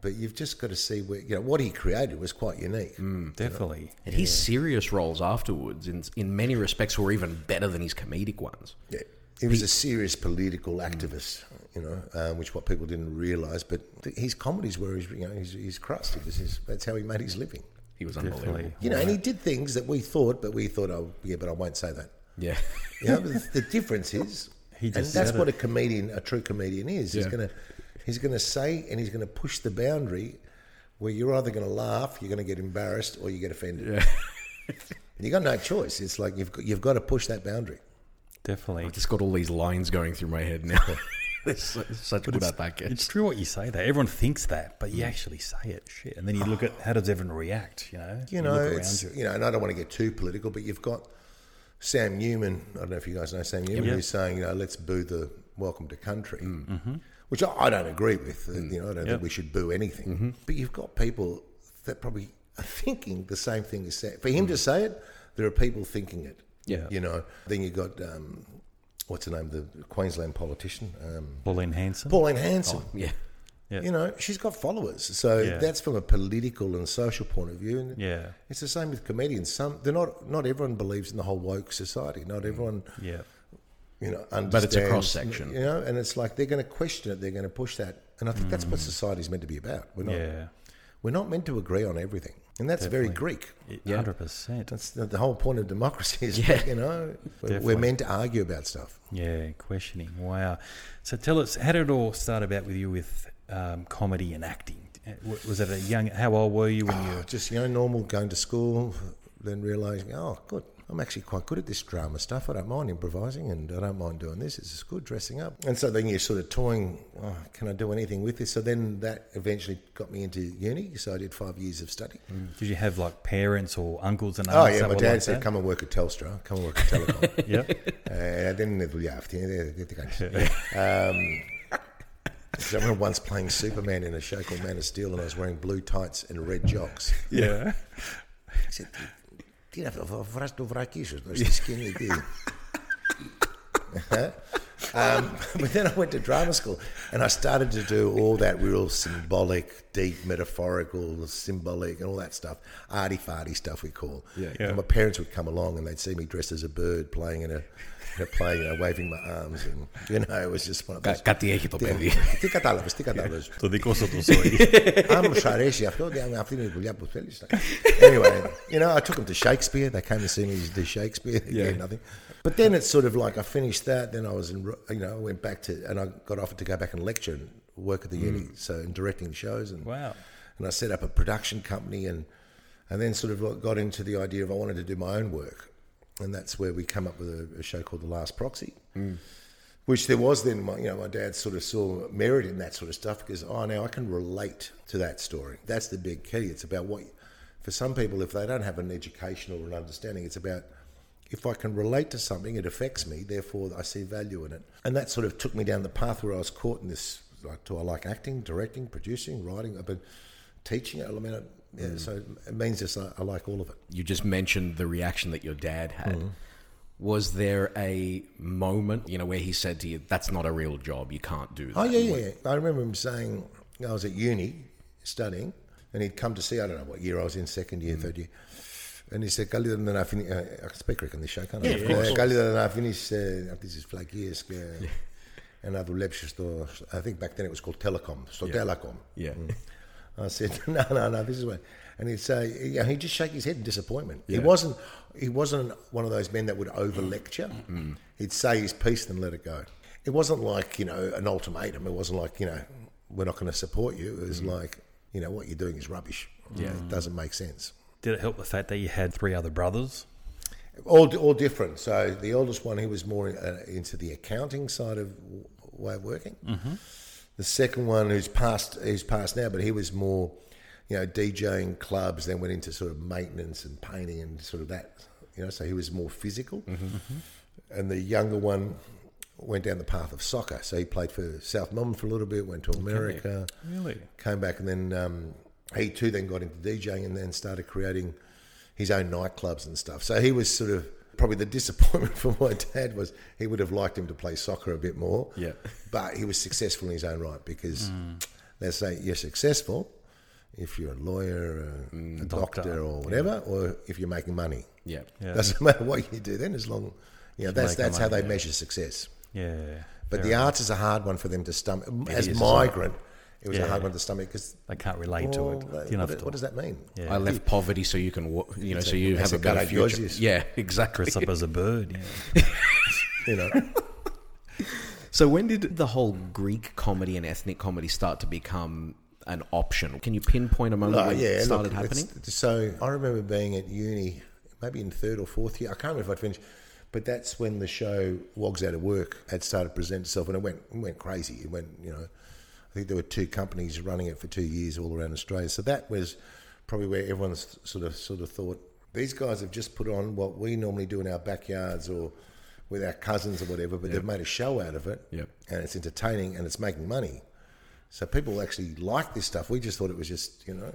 Speaker 4: But you've just got to see where you know what he created was quite unique.
Speaker 1: Hmm.
Speaker 3: Definitely.
Speaker 1: And his serious roles afterwards, in, in many respects, were even better than his comedic ones.
Speaker 4: Yeah. He was a serious political activist, you know, um, which what people didn't realise. But th- his comedies were his, you know, his, his crust. It was his, that's how he made his living.
Speaker 1: He was unbelievable.
Speaker 3: Definitely.
Speaker 4: You know, and he did things that we thought, but we thought, oh, yeah, but I won't say that.
Speaker 1: Yeah.
Speaker 4: You know, but the difference is,
Speaker 3: He
Speaker 4: and
Speaker 3: just
Speaker 4: that's
Speaker 3: said
Speaker 4: what
Speaker 3: it.
Speaker 4: a comedian, a true comedian is.
Speaker 1: Yeah.
Speaker 4: He's gonna, he's gonna say, and he's gonna push the boundary where you're either gonna laugh, you're gonna get embarrassed, or you get offended. you got no choice. It's like you've got, you've got to push that boundary.
Speaker 3: Definitely.
Speaker 1: I've just got all these lines going through my head now. There's su- such good
Speaker 3: It's
Speaker 1: package.
Speaker 3: true what you say though. Everyone thinks that, but
Speaker 1: Mm.
Speaker 3: you actually say it. Shit. And then
Speaker 1: Oh.
Speaker 3: you look at how does everyone react, you know?
Speaker 4: you know,
Speaker 3: look
Speaker 4: it's,
Speaker 3: around you.
Speaker 4: you know, and I don't want to get too political, but you've got Sam Newman. I don't know if you guys know Sam Newman,
Speaker 3: Yeah. Mm-hmm.
Speaker 4: who's saying, you know, let's boo the welcome to country, which I, I don't agree with. uh, You know, I don't
Speaker 3: Mm. Yeah. Mm-hmm.
Speaker 4: think we should boo anything. But you've got people that probably are thinking the same thing as Sam. For him to say it, there are people thinking it.
Speaker 1: Yeah.
Speaker 4: you know. Then you got um, what's her name, the Queensland politician, um,
Speaker 3: Pauline Hanson.
Speaker 4: Pauline Hanson
Speaker 1: Yeah.
Speaker 3: Oh, Yeah.
Speaker 4: you know, she's got followers. So
Speaker 3: Yeah.
Speaker 4: that's from a political and social point of view. And
Speaker 3: Yeah.
Speaker 4: it's the same with comedians. Some they're not. Not everyone believes in the whole woke society. Not everyone,
Speaker 3: yeah.
Speaker 4: you know, understands.
Speaker 1: Mm. it's a cross-section.
Speaker 4: You know, and it's like they're going to question it. They're going to push that. And I think that's
Speaker 1: Mm.
Speaker 4: what society's meant to be about. We're not.
Speaker 3: Yeah.
Speaker 4: We're not meant to agree on everything, and that's very Greek.
Speaker 1: Yeah.
Speaker 3: Hundred percent.
Speaker 4: That's the, the whole point of democracy. Is
Speaker 1: Yeah.
Speaker 4: you know, we're,
Speaker 3: Definitely.
Speaker 4: we're meant to argue about stuff.
Speaker 3: Yeah, questioning. Wow. So tell us, how did it all start about with you with um, comedy and acting? Uh, w- Was it a young? How old were you when you?
Speaker 4: Just you know, normal going to school, then realizing, oh, good, I'm actually quite good at this drama stuff. I don't mind improvising, and I don't mind doing this. It's good dressing up. And so then you're sort of toying, oh, can I do anything with this? So then that eventually got me into uni. So I did five years of study.
Speaker 3: Did you have like parents or uncles and
Speaker 4: Oh
Speaker 3: aunts
Speaker 4: yeah,
Speaker 3: that
Speaker 4: my
Speaker 3: were
Speaker 4: dad
Speaker 3: like
Speaker 4: said,
Speaker 3: that?
Speaker 4: come and work at Telstra, come and work at Telecom.
Speaker 3: Yeah.
Speaker 4: uh, then they looked after you. They- they- they- Um, so I remember once playing Superman in a show called Man of Steel, and I was wearing blue tights and red jocks.
Speaker 3: Yeah.
Speaker 4: Said, Tira, v- vrać do vraki, že, to je skinny D. um, but then I went to drama school and I started to do all that real symbolic, deep, metaphorical, symbolic, and all that stuff, arty farty stuff we call. Yeah,
Speaker 3: yeah.
Speaker 4: And my parents would come along and they'd see me dressed as a bird playing in a, in a play, you know, waving my arms. And, you know, it was just one of those.
Speaker 1: Got, got the echito, baby.
Speaker 4: Τι κατάλαβες, τι κατάλαβες.
Speaker 3: Το δικό σου το ζωή.
Speaker 4: Άμα σου αρέσει αυτό, δε- αυτή είναι η δουλειά που θέλεις. Anyway, you know, I took them to Shakespeare. They came to see me do Shakespeare. They gave nothing. But then it's sort of like I finished that. Then I was in, you know, I went back to, and I got offered to go back and lecture and work at the uni. So, and directing shows. And,
Speaker 3: Wow.
Speaker 4: And I set up a production company and, and then sort of got into the idea of I wanted to do my own work. And that's where we come up with a, a show called The Last Proxy which there was then my, you know my dad sort of saw merit in that sort of stuff because oh now i can relate to that story that's the big key it's about what for some people if they don't have an education or an understanding it's about if i can relate to something it affects me therefore i see value in it and that sort of took me down the path where i was caught in this like do i like acting directing producing writing i've been teaching it i mean I, yeah, so it means just I, I like all of it
Speaker 1: You just mentioned the reaction that your dad had. Was there a moment, you know, where he said to you, "That's not a real job. You can't do that."
Speaker 4: Oh yeah, yeah, yeah. I remember him saying I was at uni studying, and he'd come to see. I don't know what year I was in, second year, third year. And he said, "Galida, then I finish. I can speak Greek on this show, can't I? Yeah, Galida, then I finish. Uh, this is φλακίες και ένα δουλέψει στο. I think back then it was called Telecom. Στο Telecom.
Speaker 1: Yeah.
Speaker 4: I said, no, no, no, this is what. And he'd say, yeah, he'd just shake his head in disappointment. He wasn't, he wasn't one of those men that would over lecture. He'd say his piece and let it go. It wasn't like you know an ultimatum. It wasn't like you know we're not going to support you. It was like you know what you're doing is rubbish. Yeah, it doesn't make sense.
Speaker 3: Did it help the fact that you had three other brothers?
Speaker 4: All, all different. So the eldest one, he was more uh, into the accounting side of w- way of working. Mm-hmm. The second one, who's passed, who's passed now, but he was more, you know, DJing clubs, then went into sort of maintenance and painting and sort of that You know, so he was more physical. And the younger one went down the path of soccer. So he played for South Melbourne for a little bit, went to America,
Speaker 3: Really?
Speaker 4: came back, and then um, he too then got into DJing and then started creating his own nightclubs and stuff. So he was sort of probably the disappointment for my dad was he would have liked him to play soccer a bit more.
Speaker 1: Yeah.
Speaker 4: But he was successful in his own right because
Speaker 3: Hmm.
Speaker 4: let's say you're successful if you're a lawyer, a, a doctor,
Speaker 3: Mm, doctor.
Speaker 4: or whatever, or if you're making money.
Speaker 1: Yeah.
Speaker 3: Yeah.
Speaker 4: Doesn't matter what you do then, as long you know, that's
Speaker 3: making
Speaker 4: that's how
Speaker 3: money,
Speaker 4: they
Speaker 3: yeah.
Speaker 4: measure success.
Speaker 3: Yeah.
Speaker 4: But
Speaker 3: Fair
Speaker 4: the
Speaker 3: enough.
Speaker 4: arts is a hard one for them to stomach. As
Speaker 1: is, isn't it?
Speaker 4: migrant, it was a
Speaker 3: Yeah.
Speaker 4: hard one to stomach because
Speaker 3: They can't relate to it. you know,
Speaker 4: Oh, what, what does that mean?
Speaker 1: I left poverty so you can, wa- you know, so you
Speaker 4: That's
Speaker 1: have a
Speaker 4: a
Speaker 1: better
Speaker 4: good
Speaker 1: future.
Speaker 4: ideas.
Speaker 1: Yeah, exactly.
Speaker 3: Dress up as a bird. Yeah.
Speaker 4: You know,
Speaker 1: So when did the whole Greek comedy and ethnic comedy start to become an option? Can you pinpoint a moment
Speaker 4: Oh,
Speaker 1: when
Speaker 4: yeah,
Speaker 1: it started
Speaker 4: look,
Speaker 1: happening?
Speaker 4: it's- So I remember being at uni, maybe in third or fourth year. I can't remember if I'd finished, but that's when the show Wogs Out of Work had started to present itself, and it went it went crazy. It went, you know, I think there were two companies running it for two years all around Australia. So that was probably where everyone's sort of sort of thought these guys have just put on what we normally do in our backyards or with our cousins or whatever, but they've made a show out of it,
Speaker 1: Yep.
Speaker 4: and it's entertaining and it's making money. So people actually like this stuff. We just thought it was just you know,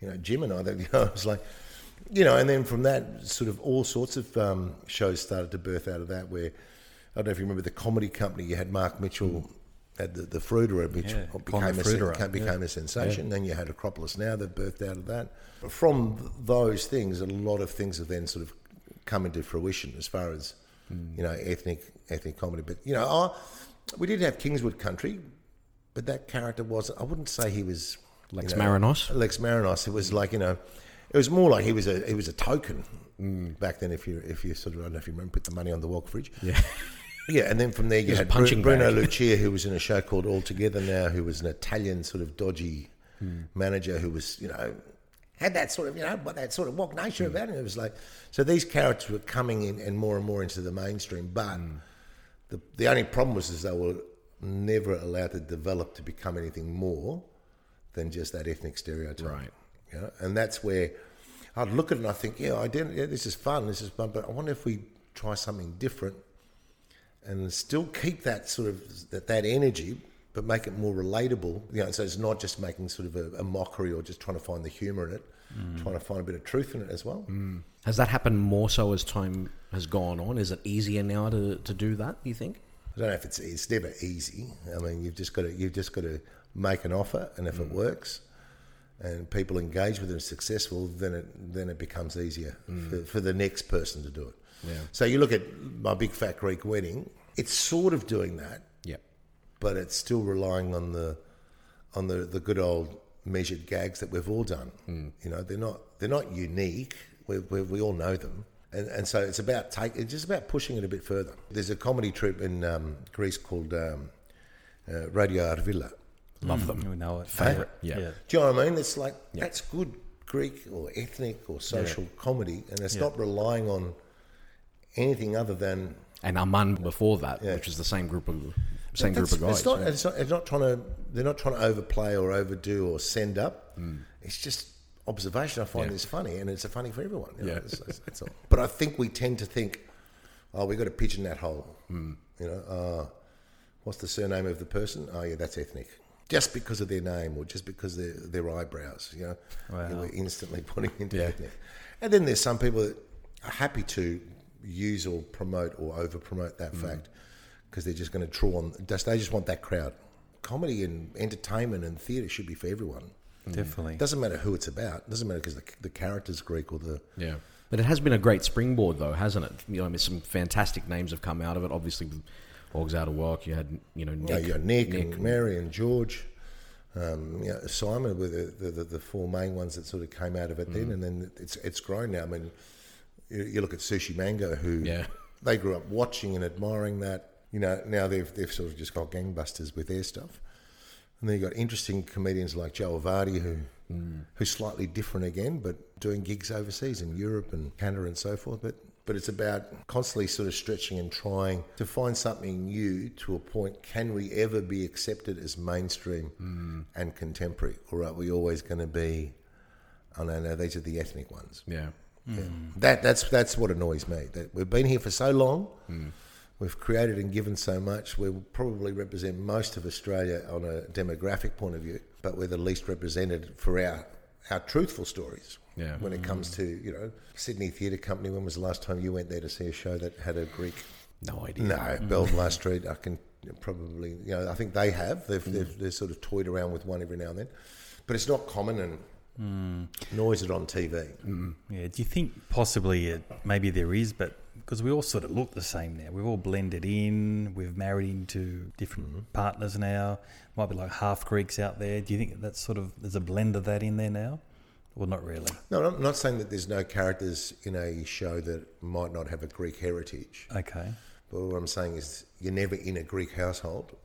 Speaker 4: you know, Jim and I. That you know, it was like, you know, and then from that, sort of all sorts of um, shows started to birth out of that. Where I don't know if you remember the comedy company. You had Mark Mitchell had the, the Fruiterer, which
Speaker 3: Hmm. Yeah,
Speaker 4: became,
Speaker 3: Con
Speaker 4: a, sen-
Speaker 3: the Fruiterer,
Speaker 4: ca- became a sensation. Then you had Acropolis now that birthed out of that. From th- those things, a lot of things have then sort of come into fruition as far as
Speaker 3: Hmm.
Speaker 4: you know ethnic ethnic comedy. But you know, I, we did have Kingswood Country, but that character was I wouldn't say he was
Speaker 1: Lex
Speaker 4: you know,
Speaker 1: Marinos?
Speaker 4: Lex Marinos. It was like you know, it was more like he was a he was a token mm, back then. If you if you sort of I don't know if you remember, put the money on the walk fridge.
Speaker 1: Yeah.
Speaker 4: Yeah, and then from there you
Speaker 1: was
Speaker 4: had
Speaker 1: a punching
Speaker 4: Bru- Bruno
Speaker 1: bag.
Speaker 4: Lucia, who was in a show called All Together Now, who was an Italian sort of dodgy
Speaker 1: Hmm.
Speaker 4: manager who was, you know, had that sort of, you know, but that sort of woke nature
Speaker 1: Hmm.
Speaker 4: about him. It was like, so these characters were coming in and more and more into the mainstream. But
Speaker 1: Hmm.
Speaker 4: the, the only problem was is they were never allowed to develop to become anything more than just that ethnic stereotype.
Speaker 1: Right.
Speaker 4: You know? And that's where I'd look at it and I think, yeah, I didn't, yeah, this is fun, this is fun, but I wonder if we try something different and still keep that sort of that, that energy but make it more relatable you know so it's not just making sort of a, a mockery or just trying to find the humor in it trying to find a bit of truth in it as well
Speaker 1: Has that happened more so as time has gone on? Is it easier now to, to do that, do you think?
Speaker 4: i don't know if it's it's never easy i mean you've just got to you've just got to make an offer and if it works and people engage with it and successful then it then it becomes easier for, for the next person to do it yeah. so you look at my big fat greek wedding it's sort of doing that
Speaker 1: Yeah.
Speaker 4: but it's still relying on the on the, the good old measured gags that we've all done. You know, they're not they're not unique. We, we, we all know them, and and so it's about take it's just about pushing it a bit further. There's a comedy troupe in um, Greece called um, uh, Radio Arvilla.
Speaker 3: Love them. You Mm, know it. Favorite.
Speaker 1: Yeah.
Speaker 4: Do you know what I mean? It's like that's good Greek or ethnic or social comedy, and it's not relying on anything other than
Speaker 1: And Amman before that, which is the same group of same group
Speaker 4: That's-
Speaker 1: of guys.
Speaker 4: It's not,
Speaker 1: yeah.
Speaker 4: it's, not, it's not trying to. They're not trying to overplay or overdo or send up.
Speaker 1: Hmm.
Speaker 4: It's just observation. I find this funny, and it's a funny for everyone. you know,
Speaker 1: Yeah.
Speaker 4: it's- it's- it's all. But I think we tend to think, oh, we got a pigeon that hole.
Speaker 1: Hmm.
Speaker 4: You know, uh, what's the surname of the person? Oh, yeah, that's ethnic. Just because of their name, or just because their their eyebrows, you know, you were instantly putting into ethnic. And then there's some people that are happy to use or promote or over promote that fact because they're just going to draw on. Just, they just want that crowd. Comedy and entertainment and theatre should be for everyone.
Speaker 3: Definitely.
Speaker 4: It doesn't matter who it's about. It doesn't matter because the, the character's Greek or the
Speaker 1: Yeah. But it has been a great springboard, though, hasn't it? You know, I mean, some fantastic names have come out of it. Obviously, with Orgs Out of Work, you had, you know, Nick.
Speaker 4: you know, you got Nick, and Mary and George, um, you know, Simon were the, the, the, the four main ones that sort of came out of it then, and then it's it's grown now. I mean, you, you look at Sushi Mango, who
Speaker 1: Yeah.
Speaker 4: they grew up watching and admiring that. You know, now they've they've sort of just got gangbusters with their stuff, and then you got interesting comedians like Joe Vardy, who who's slightly different again, but doing gigs overseas in Europe and Canada and so forth, but. But it's about constantly sort of stretching and trying to find something new to a point. Can we ever be accepted as mainstream and contemporary? Or are we always going to be, oh no, no, these are the ethnic ones?
Speaker 1: Yeah.
Speaker 4: That that's that's what annoys me. That we've been here for so long, we've created and given so much. We probably represent most of Australia on a demographic point of view, but we're the least represented for our our truthful stories.
Speaker 1: Yeah.
Speaker 4: When it comes to you know Sydney Theatre Company, when was the last time you went there to see a show that had a Greek?
Speaker 1: No idea.
Speaker 4: No, Belvoir Street. I can probably you know I think they have. They've, they've they've sort of toyed around with one every now and then, but it's not common and. Noise it on TV.
Speaker 3: Yeah, do you think possibly it, maybe there is, but because we all sort of look the same now, we've all blended in, we've married into different partners now. Might be like half Greeks out there. Do you think that's sort of there's a blend of that in there now, or not really?
Speaker 4: No, I'm not saying that there's no characters in a show that might not have a Greek heritage.
Speaker 3: Okay,
Speaker 4: But what I'm saying is, you're never in a Greek household,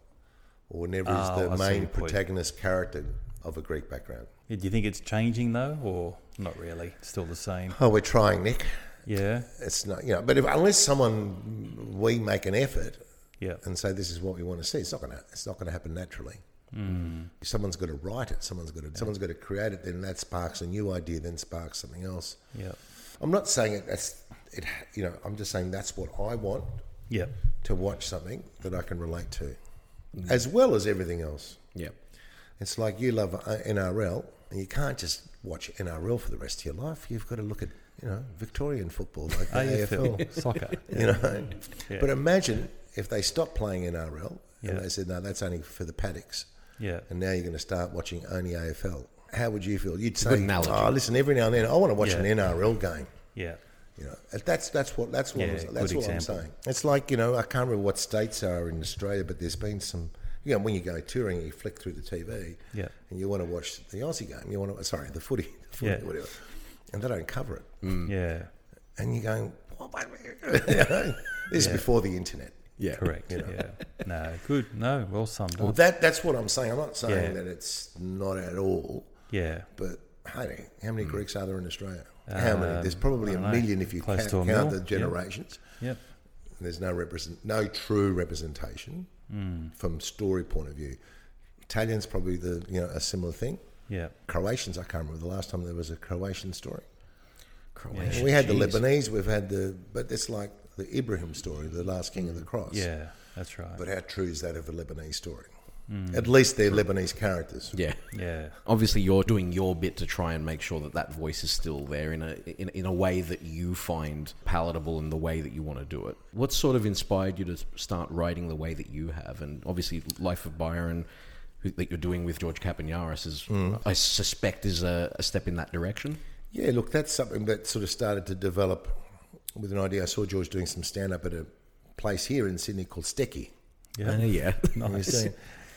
Speaker 4: or never is
Speaker 3: Oh,
Speaker 4: the
Speaker 3: I see
Speaker 4: main
Speaker 3: your point.
Speaker 4: protagonist character of a Greek background.
Speaker 3: Yeah, do you think it's changing though, or not really? Still the same.
Speaker 4: Oh, we're trying, Nick.
Speaker 3: Yeah,
Speaker 4: It's not, you know, but if, unless someone we make an effort
Speaker 3: yeah,
Speaker 4: and say this is what we want to see, it's not gonna, it's not gonna happen naturally.
Speaker 3: Hmm.
Speaker 4: Someone's got to write it. Someone's got to, someone's got to create it. Then that sparks a new idea. Then sparks something else.
Speaker 3: yeah,
Speaker 4: I'm not saying it. That's it. You know, I'm just saying that's what I want
Speaker 3: yeah.
Speaker 4: to watch something that I can relate to,
Speaker 3: Mm.
Speaker 4: as well as everything else.
Speaker 1: Yeah.
Speaker 4: It's like you love uh, NRL, and you can't just watch NRL for the rest of your life. You've got to look at you know Victorian football like the AFL.
Speaker 3: AFL soccer.
Speaker 4: You know,
Speaker 3: Yeah.
Speaker 4: but imagine if they stopped playing NRL
Speaker 3: Yeah.
Speaker 4: and they said no, that's only for the paddocks,
Speaker 3: Yeah,
Speaker 4: and now you're going to start watching only AFL. How would you feel? You'd
Speaker 1: good
Speaker 4: say,
Speaker 1: analogy.
Speaker 4: "Oh, listen, every now and then I want to watch
Speaker 3: Yeah.
Speaker 4: an NRL game."
Speaker 3: yeah,
Speaker 4: You know, and that's that's what that's what
Speaker 3: Yeah,
Speaker 4: I'm, that's
Speaker 3: good
Speaker 4: what
Speaker 3: example.
Speaker 4: I'm saying. It's like you know, I can't remember what states are in Australia, but there's been some. You know, when you go touring, you flick through the TV,
Speaker 3: Yeah.
Speaker 4: and you want to watch the Aussie game. You want to, sorry, the footy, the footy
Speaker 3: Yeah.
Speaker 4: whatever, and they don't cover it.
Speaker 3: yeah.
Speaker 4: And you're going, what? wait a minute," you know? this is before the internet.
Speaker 1: Yeah.
Speaker 3: Correct. Yeah. No. Good. No. Well summed
Speaker 4: Well,
Speaker 3: up.
Speaker 4: that that's what I'm saying. I'm not saying
Speaker 3: Yeah.
Speaker 4: that it's not at all,
Speaker 3: Yeah.
Speaker 4: but hey, how many Greeks are there in Australia? how many? There's probably a
Speaker 3: Hmm. Um, don't know.
Speaker 4: million if you
Speaker 3: Close
Speaker 4: count,
Speaker 3: to a
Speaker 4: count
Speaker 3: mil,
Speaker 4: the
Speaker 3: yeah.
Speaker 4: generations.
Speaker 3: Yep.
Speaker 4: there's no represent, no true representation from story point of view. Italians probably the you know a similar thing.
Speaker 3: Yeah.
Speaker 4: Croatians, I can't remember the last time there was a Croatian story.
Speaker 1: Croatia.
Speaker 4: we had the
Speaker 1: Jeez.
Speaker 4: Lebanese, we've had the, but it's like the Ibrahim story, the last king of the cross.
Speaker 3: Yeah. That's right.
Speaker 4: But how true is that of a Lebanese story? At least they're Lebanese characters.
Speaker 1: Yeah.
Speaker 3: yeah.
Speaker 1: Obviously, you're doing your bit to try and make sure that that voice is still there in a in, in a way that you find palatable and the way that you want to do it. What sort of inspired you to start writing the way that you have? And obviously, Life of Byron, who, that you're doing with George Capanaris, is
Speaker 4: Mm.
Speaker 1: I suspect is a, a step in that direction.
Speaker 4: Yeah, look, that's something that sort of started to develop with an idea. I saw George doing some stand up at a place here in Sydney called Stecky.
Speaker 3: Yeah.
Speaker 1: Uh, yeah.
Speaker 4: Nice.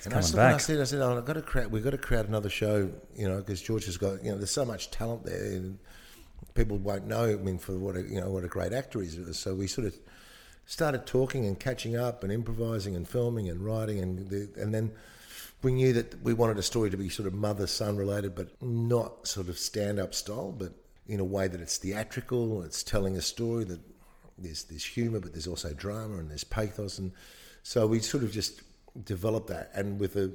Speaker 4: And I,
Speaker 3: coming
Speaker 4: just looked and I
Speaker 3: back.
Speaker 4: said, I said, oh, I've got to create, we've got to create another show, you know, because George has got, you know, there's so much talent there, and people won't know. I mean, for what a, you know, what a great actor he is. So we sort of started talking and catching up and improvising and filming and writing, and the, and then we knew that we wanted a story to be sort of mother son related, but not sort of stand up style, but in a way that it's theatrical, it's telling a story that there's there's humour, but there's also drama and there's pathos, and so we sort of just developed that, and with a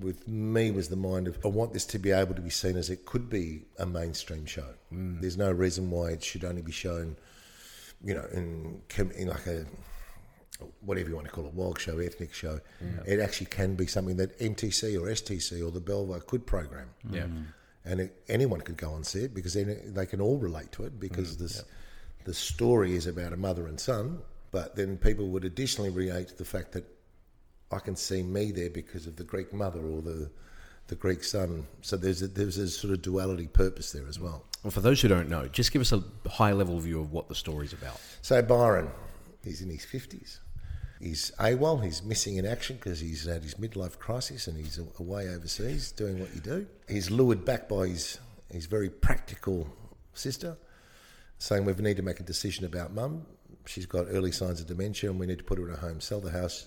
Speaker 4: with me was the mind of I want this to be able to be seen as it could be a mainstream show. There's no reason why it should only be shown, you know, in, com- in like a whatever you want to call it, wild show, ethnic show. It actually can be something that MTC or STC or the Belvoir could program,
Speaker 1: Yeah.
Speaker 4: and it, anyone could go and see it because then it- they can all relate to it because this the story is about a mother and son. But then people would additionally relate to the fact that I can see me there because of the Greek mother or the the Greek son. So there's a, there's a sort of duality purpose there as well.
Speaker 1: Well, for those who don't know, just give us a high level view of what the story's about.
Speaker 4: So Byron, he's in his fifties. He's AWOL. He's missing in action because he's had his midlife crisis and he's away overseas doing what you do. He's lured back by his his very practical sister, saying we need to make a decision about mum. She's got early signs of dementia and we need to put her in a home. Sell the house.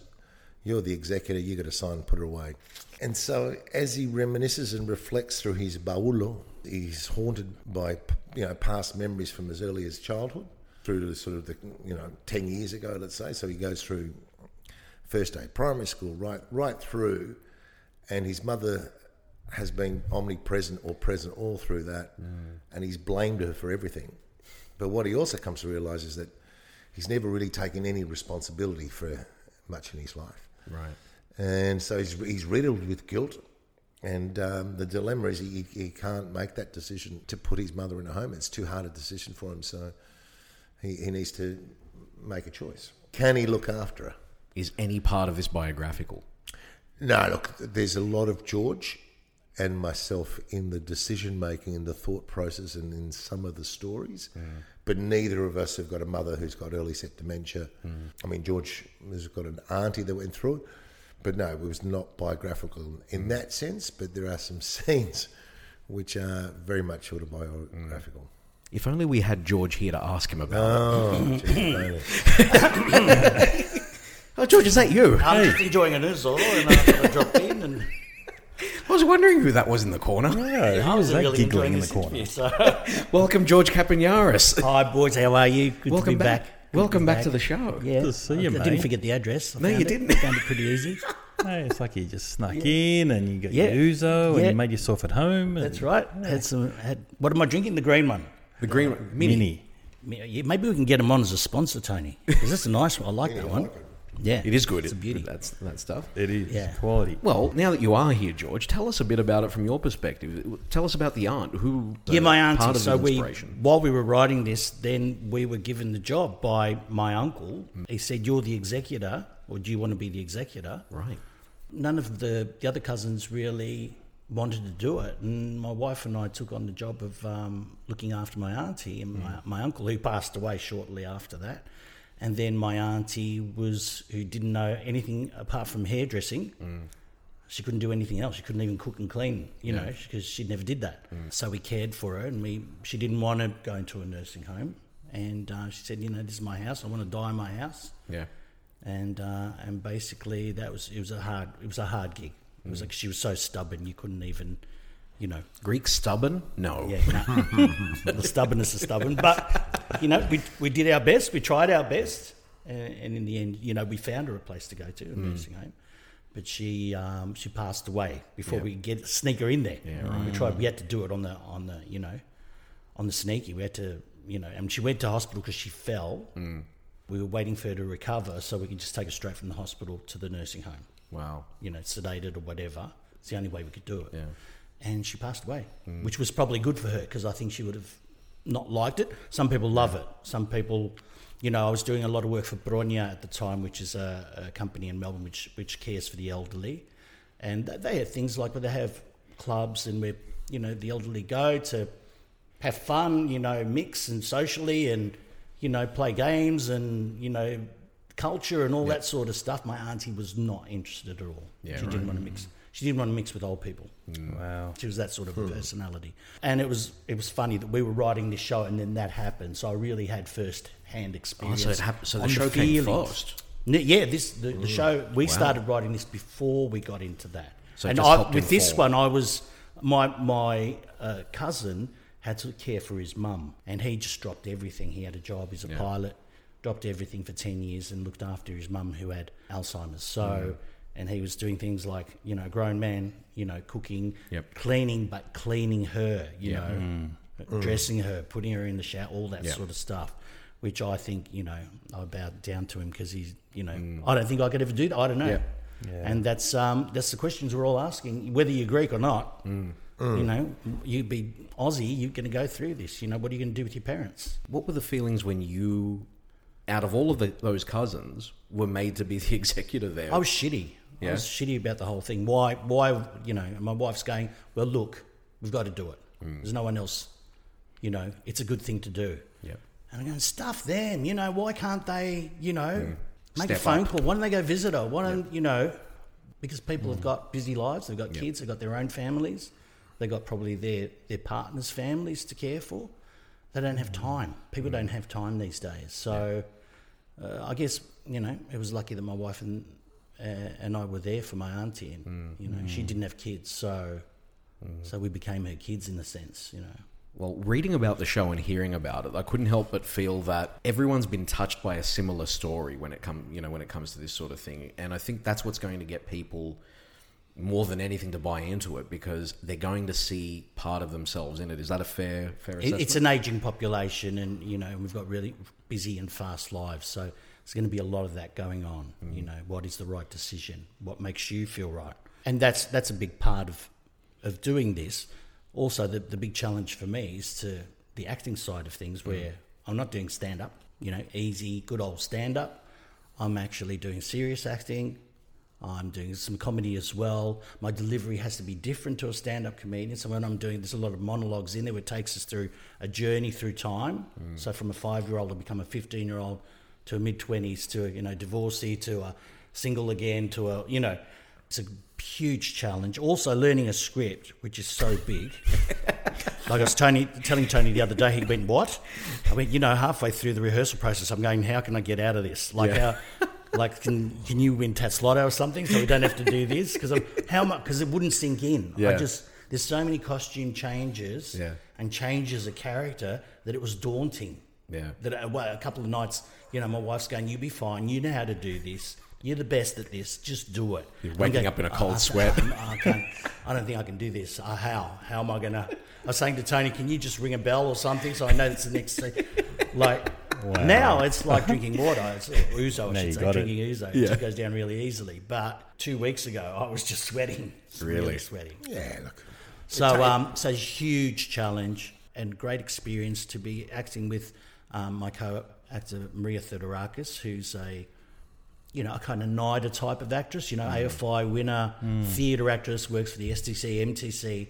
Speaker 4: You're the executor. You got to sign. and Put her away. And so as he reminisces and reflects through his baulo, he's haunted by you know past memories from as early as childhood through to sort of the you know ten years ago, let's say. So he goes through first day primary school right right through, and his mother has been omnipresent or present all through that, and he's blamed her for everything. But what he also comes to realise is that he's never really taken any responsibility for much in his life.
Speaker 1: Right.
Speaker 4: And so he's, he's riddled with guilt. And um, the dilemma is he, he can't make that decision to put his mother in a home. It's too hard a decision for him. So he, he needs to make a choice. Can he look after her?
Speaker 1: Is any part of this biographical?
Speaker 4: No, look, there's a lot of George and myself in the decision making and the thought process and in some of the stories. But neither of us have got a mother who's got early set dementia.
Speaker 5: Mm.
Speaker 4: I mean, George has got an auntie that went through it. But no, it was not biographical in
Speaker 5: Mm.
Speaker 4: that sense. But there are some scenes which are very much autobiographical.
Speaker 1: If only we had George here to ask him
Speaker 5: Mm.
Speaker 1: about it.
Speaker 4: Oh, geez, Tony.
Speaker 1: Oh, George, is that you? I
Speaker 5: I'm just enjoying it as all, and I, I dropped in, and
Speaker 1: was wondering who that was in the corner.
Speaker 3: Yeah,
Speaker 5: I
Speaker 3: how
Speaker 5: was
Speaker 3: is that
Speaker 5: really
Speaker 3: giggling
Speaker 5: enjoying
Speaker 3: in the
Speaker 5: this
Speaker 3: corner?
Speaker 5: interview. So.
Speaker 1: Welcome, George Capignaris.
Speaker 5: Hi, boys. How are you? Good
Speaker 1: Welcome
Speaker 5: to be back.
Speaker 1: back.
Speaker 5: Good
Speaker 1: Welcome
Speaker 5: be
Speaker 1: back to the show.
Speaker 5: Yeah.
Speaker 3: to see
Speaker 5: I,
Speaker 3: you,
Speaker 5: I
Speaker 3: mate.
Speaker 5: didn't forget the address. I
Speaker 1: No,
Speaker 5: found
Speaker 1: you
Speaker 5: it.
Speaker 1: didn't.
Speaker 5: found it pretty easy.
Speaker 3: No, it's like you just snuck in and you got
Speaker 5: Yeah.
Speaker 3: your ouzo and
Speaker 5: Yeah.
Speaker 3: you made yourself at home. And
Speaker 5: That's right. Had some, had, what am I drinking? The green one.
Speaker 1: The green one. Uh, Mini.
Speaker 3: Mini.
Speaker 5: Me- yeah, Maybe we can get them on as a sponsor, Tony. Is this a nice one? I like that one. Yeah.
Speaker 1: It is good.
Speaker 5: It's a beauty.
Speaker 1: That's that stuff.
Speaker 3: It is
Speaker 5: Yeah.
Speaker 3: quality.
Speaker 1: Well, now that you are here, George, tell us a bit about it from your perspective. Tell us about the aunt who.
Speaker 5: yeah, my
Speaker 1: uh,
Speaker 5: auntie.
Speaker 1: Part of
Speaker 5: so
Speaker 1: the
Speaker 5: we,
Speaker 1: inspiration.
Speaker 5: while we were writing this, then we were given the job by my uncle.
Speaker 1: Mm.
Speaker 5: He said, "You're the executor, or do you want to be the executor?"
Speaker 1: Right.
Speaker 5: None of the the other cousins really wanted to do it, and my wife and I took on the job of um, looking after my auntie and my, my uncle, who passed away shortly after that. And then my auntie was who didn't know anything apart from hairdressing. She couldn't do anything else. She couldn't even cook and clean, you know, because she never did that. So we cared for her, and we she didn't want to go into a nursing home. And uh, she said, you know, this is my house. I want to die in my house.
Speaker 1: Yeah.
Speaker 5: And uh, and basically, that was it was a hard it was a hard gig. It was like she was so stubborn, you couldn't even, you know,
Speaker 1: Greek stubborn? No.
Speaker 5: yeah, no. the stubbornness is stubborn. But you know, we we did our best. We tried our best, and, and in the end, you know, we found her a place to go to, a nursing home. But she um, she passed away before we could get sneak her in there. We tried. We had to do it on the on the you know, on the sneaky. We had to you know, and she went to hospital because she fell. We were waiting for her to recover, so we could just take her straight from the hospital to the nursing home
Speaker 1: Wow.
Speaker 5: you know, sedated or whatever. It's the only way we could do it.
Speaker 1: Yeah.
Speaker 5: And she passed away, which was probably good for her because I think she would have not liked it. Some people love it. Some people, you know, I was doing a lot of work for Bronya at the time, which is a, a company in Melbourne which, which cares for the elderly. And th- they have things like where they have clubs and where, you know, the elderly go to have fun, you know, mix and socially and, you know, play games and, you know, culture and all that sort of stuff. My auntie was not interested at all.
Speaker 1: Yeah,
Speaker 5: she didn't want to mix. She didn't want to mix with old people.
Speaker 3: Wow.
Speaker 5: She was that sort of personality. And it was it was funny that we were writing this show and then that happened. So I really had first hand
Speaker 1: Oh,
Speaker 5: experience.
Speaker 1: so, it hap- so the
Speaker 5: on
Speaker 1: show came
Speaker 5: feelings.
Speaker 1: first.
Speaker 5: N- Yeah, this the,
Speaker 1: Mm.
Speaker 5: the show we started writing this before we got into that.
Speaker 1: So it
Speaker 5: and
Speaker 1: just
Speaker 5: I,
Speaker 1: helped
Speaker 5: with this
Speaker 1: inform.
Speaker 5: one, I was my my uh, cousin had to care for his mum, and he just dropped everything. He had a job. He's a pilot. Dropped everything for ten years and looked after his mum who had Alzheimer's.
Speaker 1: Mm.
Speaker 5: So. And he was doing things like, you know, grown man, you know, cooking,
Speaker 1: Yep.
Speaker 5: cleaning, but cleaning her, you
Speaker 1: Yeah. Mm.
Speaker 5: know, dressing her, putting her in the shower, all that
Speaker 1: Yeah.
Speaker 5: sort of stuff. Which I think you know I bowed down to him because he's you know I don't think I could ever do that. I don't know,
Speaker 1: Mm. Yeah.
Speaker 5: and that's um, that's the questions we're all asking whether you're Greek or not.
Speaker 1: Mm.
Speaker 5: You know, you be Aussie, you're going to go through this. You know, what are you going to do with your parents?
Speaker 1: What were the feelings when you, out of all of the, those cousins, were made to be the executor there?
Speaker 5: I was shitty.
Speaker 1: Yeah.
Speaker 5: I was shitty about the whole thing. Why? Why? You know, and my wife's going. Well, look, we've got to do it.
Speaker 1: Mm.
Speaker 5: There's no one else. You know, it's a good thing to do.
Speaker 1: Yeah.
Speaker 5: And I'm going, stuff them. You know, why can't they? You know,
Speaker 1: Mm.
Speaker 5: make
Speaker 1: Step
Speaker 5: a phone
Speaker 1: up.
Speaker 5: call. Why don't they go visit her? Why don't you know? Because people
Speaker 1: Mm.
Speaker 5: have got busy lives. They've got kids. They've got their own families. They've got probably their their partners' families to care for. They don't
Speaker 1: Mm.
Speaker 5: have time. People don't have time these days. So. Uh, I guess you know it was lucky that my wife and uh, and I were there for my auntie, and
Speaker 1: Mm.
Speaker 5: you know she didn't have kids, so so we became her kids in a sense, you know.
Speaker 1: Well, reading about the show and hearing about it, I couldn't help but feel that everyone's been touched by a similar story when it come, you know, when it comes to this sort of thing. And I think that's what's going to get people more than anything to buy into it because they're going to see part of themselves in it. Is that a fair fair
Speaker 5: It-
Speaker 1: assessment?
Speaker 5: It's an aging population, and you know we've got really busy and fast lives, so there's going to be a lot of that going on. You know, what is the right decision? What makes you feel right? And that's that's a big part of of doing this. Also, the the big challenge for me is to the acting side of things, where I'm not doing stand up. You know, easy, good old stand up. I'm actually doing serious acting. Oh, I'm doing some comedy as well. My delivery has to be different to a stand up comedian. So when I'm doing, there's a lot of monologues in there where it takes us through a journey through time. So from a five year old to become a 15 year old to a mid 20s to, a, you know, divorcee to a single again to a, you know, it's a huge challenge. Also learning a script, which is so big. Like I was Tony telling Tony the other day, he went, "What?" I went, "You know, halfway through the rehearsal process, I'm going, how can I get out of this? Like how, like can can you win Tats Lotto or something so we don't have to do this? Because how much? Because it wouldn't sink in. I
Speaker 1: Yeah.
Speaker 5: just there's so many costume changes
Speaker 1: Yeah.
Speaker 5: and changes of character that it was daunting.
Speaker 1: Yeah.
Speaker 5: That uh, well, a couple of nights, you know, my wife's going, "You'll be fine. You know how to do this." You're the best at this. Just do it. You're
Speaker 1: waking up in a cold sweat.
Speaker 5: I can't. I don't think I can do this. Uh, how? How am I gonna? I was saying to Tony, can you just ring a bell or something so I know it's the next thing? Like now, it's like drinking water. It's uh, ouzo. I
Speaker 3: Now you
Speaker 5: should say
Speaker 3: got it.
Speaker 5: drinking ouzo. It just goes down really easily. But two weeks ago, I was just sweating. Really, sweating.
Speaker 4: Yeah, look.
Speaker 5: So, um, so huge challenge and great experience to be acting with um, my co-actor Maria Theodorakis, who's a you know a kind of NIDA type of actress. You know, AFI winner, theatre actress, works for the STC, MTC.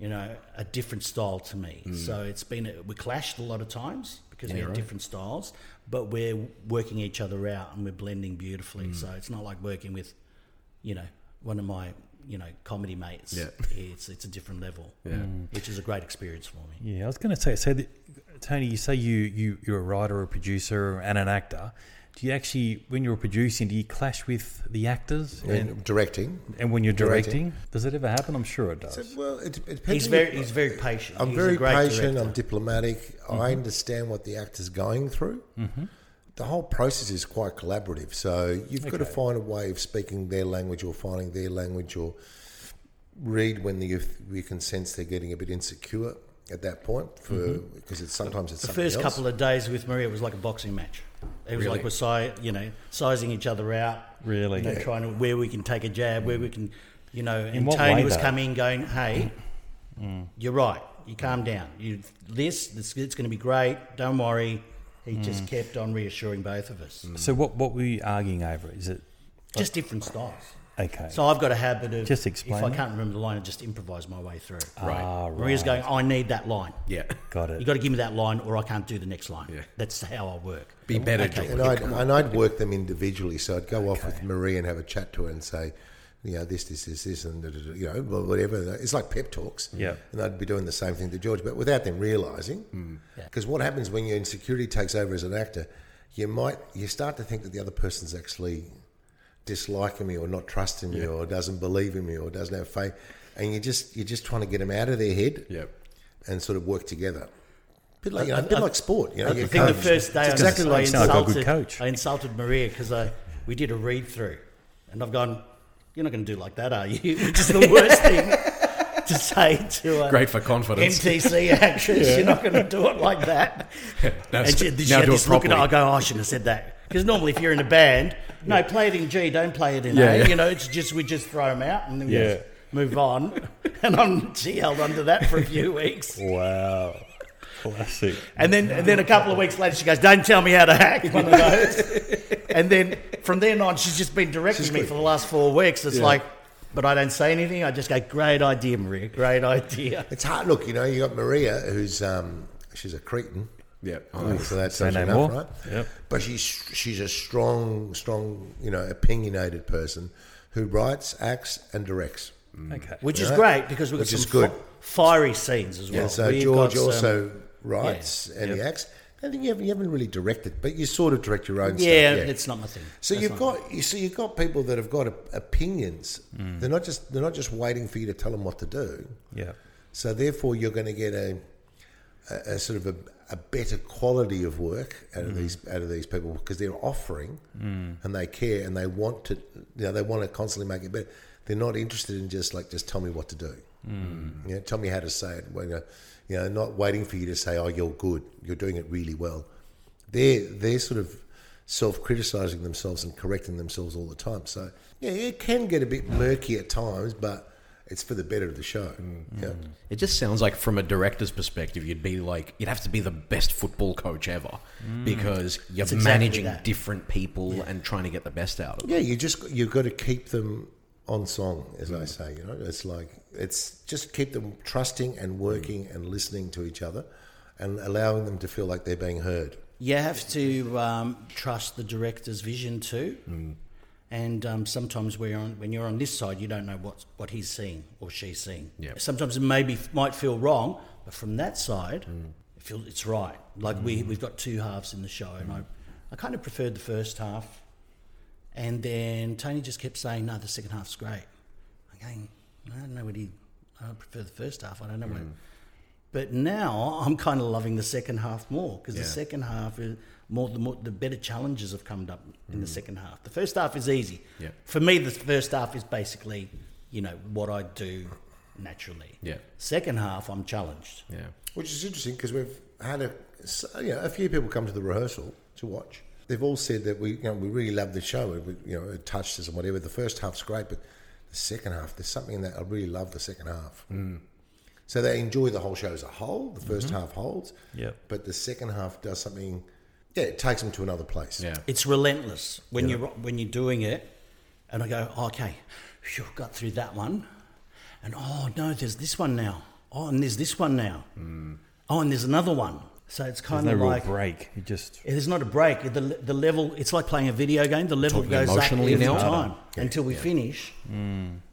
Speaker 5: You know, a different style to me. So it's been a, we clashed a lot of times because we have different styles, but we're working each other out and we're blending beautifully. So it's not like working with you know, one of my, you know, comedy mates.
Speaker 1: Yeah.
Speaker 5: It's it's a different level. Which is a great experience for me.
Speaker 3: Yeah, I was going to say. So, the, Tony, you say you you you're a writer, a producer, and an actor. Do you actually, when you're producing, do you clash with the actors? And
Speaker 4: directing.
Speaker 3: and when you're
Speaker 4: Directing.
Speaker 3: directing, does it ever happen? I'm sure it does.
Speaker 4: So, well, it, it depends.
Speaker 5: He's
Speaker 4: on
Speaker 5: very
Speaker 4: your-
Speaker 5: he's very patient.
Speaker 4: I'm
Speaker 5: He's a
Speaker 4: very
Speaker 5: great
Speaker 4: patient.
Speaker 5: director. Mm-hmm.
Speaker 4: I'm diplomatic. I understand what the actor's going through. The whole process is quite collaborative. So you've got to find a way of speaking their language or finding their language or read when the, if you can sense they're getting a bit insecure at that point for because it's sometimes it's
Speaker 5: Mm-hmm. the
Speaker 4: something
Speaker 5: first
Speaker 4: else.
Speaker 5: couple of days with Maria was like a boxing match. It was
Speaker 1: Really?
Speaker 5: like we're si- you know, sizing each other out.
Speaker 3: Really?
Speaker 5: You know,
Speaker 3: Yeah.
Speaker 5: trying to where we can take a jab, where we can you know, and
Speaker 3: what
Speaker 5: Tony
Speaker 3: way,
Speaker 5: was
Speaker 3: though? Mm.
Speaker 5: coming going, Hey, you're right. You calm down. You this, this it's gonna be great, don't worry. He
Speaker 3: Mm.
Speaker 5: just kept on reassuring both of us.
Speaker 3: So, what what were you arguing over? Is it
Speaker 5: Just different styles.
Speaker 3: okay?
Speaker 5: So I've got a habit of
Speaker 3: Just explain
Speaker 5: If I
Speaker 3: it.
Speaker 5: can't remember the line, I just improvise my way through.
Speaker 3: Ah, right.
Speaker 5: Maria's going, I need that line.
Speaker 1: yeah.
Speaker 3: got
Speaker 5: You
Speaker 3: it.
Speaker 5: got to give me that line, or I can't do the next line.
Speaker 1: Yeah.
Speaker 5: That's how I work.
Speaker 1: Be better,
Speaker 5: Oh,
Speaker 1: George.
Speaker 4: and I'd, and I'd work them individually. So I'd go off with Marie and have a chat to her and say, you know, this, this, this, this, and da, da, da, you know, wha- whatever. It's like pep talks.
Speaker 3: Yeah.
Speaker 4: And I'd be doing the same thing to George, but without them
Speaker 5: Hmm.
Speaker 4: realizing. Because what happens when your insecurity takes over as an actor, you might you start to think that the other person's actually disliking me or not trusting me or doesn't believe in me or doesn't have faith, and you just you're just trying to get them out of their head
Speaker 1: Yep.
Speaker 4: and sort of work together. Bit like, you know, a bit like sport. You know,
Speaker 5: I
Speaker 4: you
Speaker 5: think the
Speaker 4: can't-
Speaker 5: first day
Speaker 4: it's
Speaker 5: I,
Speaker 4: exactly
Speaker 5: I
Speaker 4: like
Speaker 3: sound like a good
Speaker 5: insulted,
Speaker 3: coach.
Speaker 5: I insulted Maria because I we did a read through, and I've gone, "You're not going to do like that, are you?" Which is the worst thing to say to a
Speaker 1: Great for confidence.
Speaker 5: MTC actress. You're not going to do it like that.
Speaker 1: Now,
Speaker 5: And she,
Speaker 1: now
Speaker 5: she had
Speaker 1: do it
Speaker 5: this look at her, I
Speaker 1: properly.
Speaker 5: go, oh, I shouldn't have said that. Because normally, if you're in a band, no, play it in G, don't play it in
Speaker 1: Yeah,
Speaker 5: A.
Speaker 1: yeah.
Speaker 5: You know, it's just we just throw them out and then we
Speaker 3: Yeah.
Speaker 5: just move on. And I'm, she held on to that for a few weeks.
Speaker 3: Wow, classic.
Speaker 5: And then, and then a couple of weeks later, she goes, "Don't tell me how to hack one of those." and then from then on, she's just been directing me for the last four weeks. It's like, but I don't say anything. I just go, "Great idea, Maria. Great idea."
Speaker 4: It's hard. Look, you know, you got Maria, who's um, she's a Cretan.
Speaker 1: Yep.
Speaker 4: so that's enough,
Speaker 3: no more.
Speaker 4: right?
Speaker 3: Yep.
Speaker 4: But she's she's a strong, strong, you know, opinionated person who writes, acts, and directs.
Speaker 3: Okay.
Speaker 5: Which is
Speaker 4: Yeah.
Speaker 5: great because we've got
Speaker 4: Which
Speaker 5: some
Speaker 4: is good.
Speaker 5: fi- fiery scenes as well.
Speaker 4: And so
Speaker 5: We've got
Speaker 4: George
Speaker 5: some-
Speaker 4: also writes and he acts. I don't think you haven't, you haven't really directed, but you sort of direct your own
Speaker 5: yeah,
Speaker 4: stuff.
Speaker 5: it's not my thing.
Speaker 4: So you've got you see you've got people that have got op- opinions.
Speaker 5: Mm.
Speaker 4: They're not just they're not just waiting for you to tell them what to do.
Speaker 3: Yeah.
Speaker 4: So therefore, you're going to get a, a, a sort of a, a better quality of work out of these out of these people because they're offering and they care and they want to. You know, they want to constantly make it better. they're not interested in just like just tell me what to do. Mm. You know, tell me how to say it. When, uh, you know, not waiting for you to say, "Oh, you're good. You're doing it really well." They're they're sort of self-criticizing themselves and correcting themselves all the time. So yeah, it can get a bit murky at times, but it's for the better of the show. Yeah.
Speaker 1: It just sounds like, from a director's perspective, you'd be like, you'd have to be the best football coach ever because you're
Speaker 5: Mm. exactly
Speaker 1: managing
Speaker 5: that.
Speaker 1: different people and trying to get the best out of them.
Speaker 4: Yeah, you just you've got to keep them on song, as I say. You know, it's like it's just keep them trusting and working and listening to each other, and allowing them to feel like they're being heard.
Speaker 5: You have to um, trust the director's vision too. And um, sometimes we're on, when you're on this side, you don't know what, what he's seeing or she's seeing.
Speaker 1: Yeah.
Speaker 5: Sometimes it maybe might feel wrong, but from that side, it feels it's right. Like we, we've got two halves in the show, and I, I kind of preferred the first half. And then Tony just kept saying, no, the second half's great. I'm going, I don't know what he, I prefer the first half. I don't know what. But now I'm kind of loving the second half more because the second half is more the, more the better challenges have come up in the second half. The first half is easy.
Speaker 1: Yeah.
Speaker 5: For me, the first half is basically, you know, what I do naturally.
Speaker 1: Yeah.
Speaker 5: Second half, I'm challenged.
Speaker 1: Yeah.
Speaker 4: Which is interesting because we've had a s- you know, a few people come to the rehearsal to watch. They've all said that we you know we really love the show. We, you know, it touched us and whatever. The first half's great, but the second half, there's something in that I really love. The second half. So they enjoy the whole show as a whole. The 1st half holds.
Speaker 3: Yep.
Speaker 4: But the second half does something. Yeah, it takes them to another place.
Speaker 1: Yeah.
Speaker 5: It's relentless when you're when you're doing it, and I go, "Oh, okay, phew, got through that one, and oh no, there's this one now. Oh, and there's this one now. Oh, and there's another one. So it's kind
Speaker 3: no
Speaker 5: of
Speaker 3: real
Speaker 5: like
Speaker 3: break. You just
Speaker 5: it is not a break. The, the level, it's like playing a video game. The level
Speaker 1: Talking
Speaker 5: goes up
Speaker 1: emotionally
Speaker 5: every
Speaker 1: now. Hmm.
Speaker 5: time until we finish.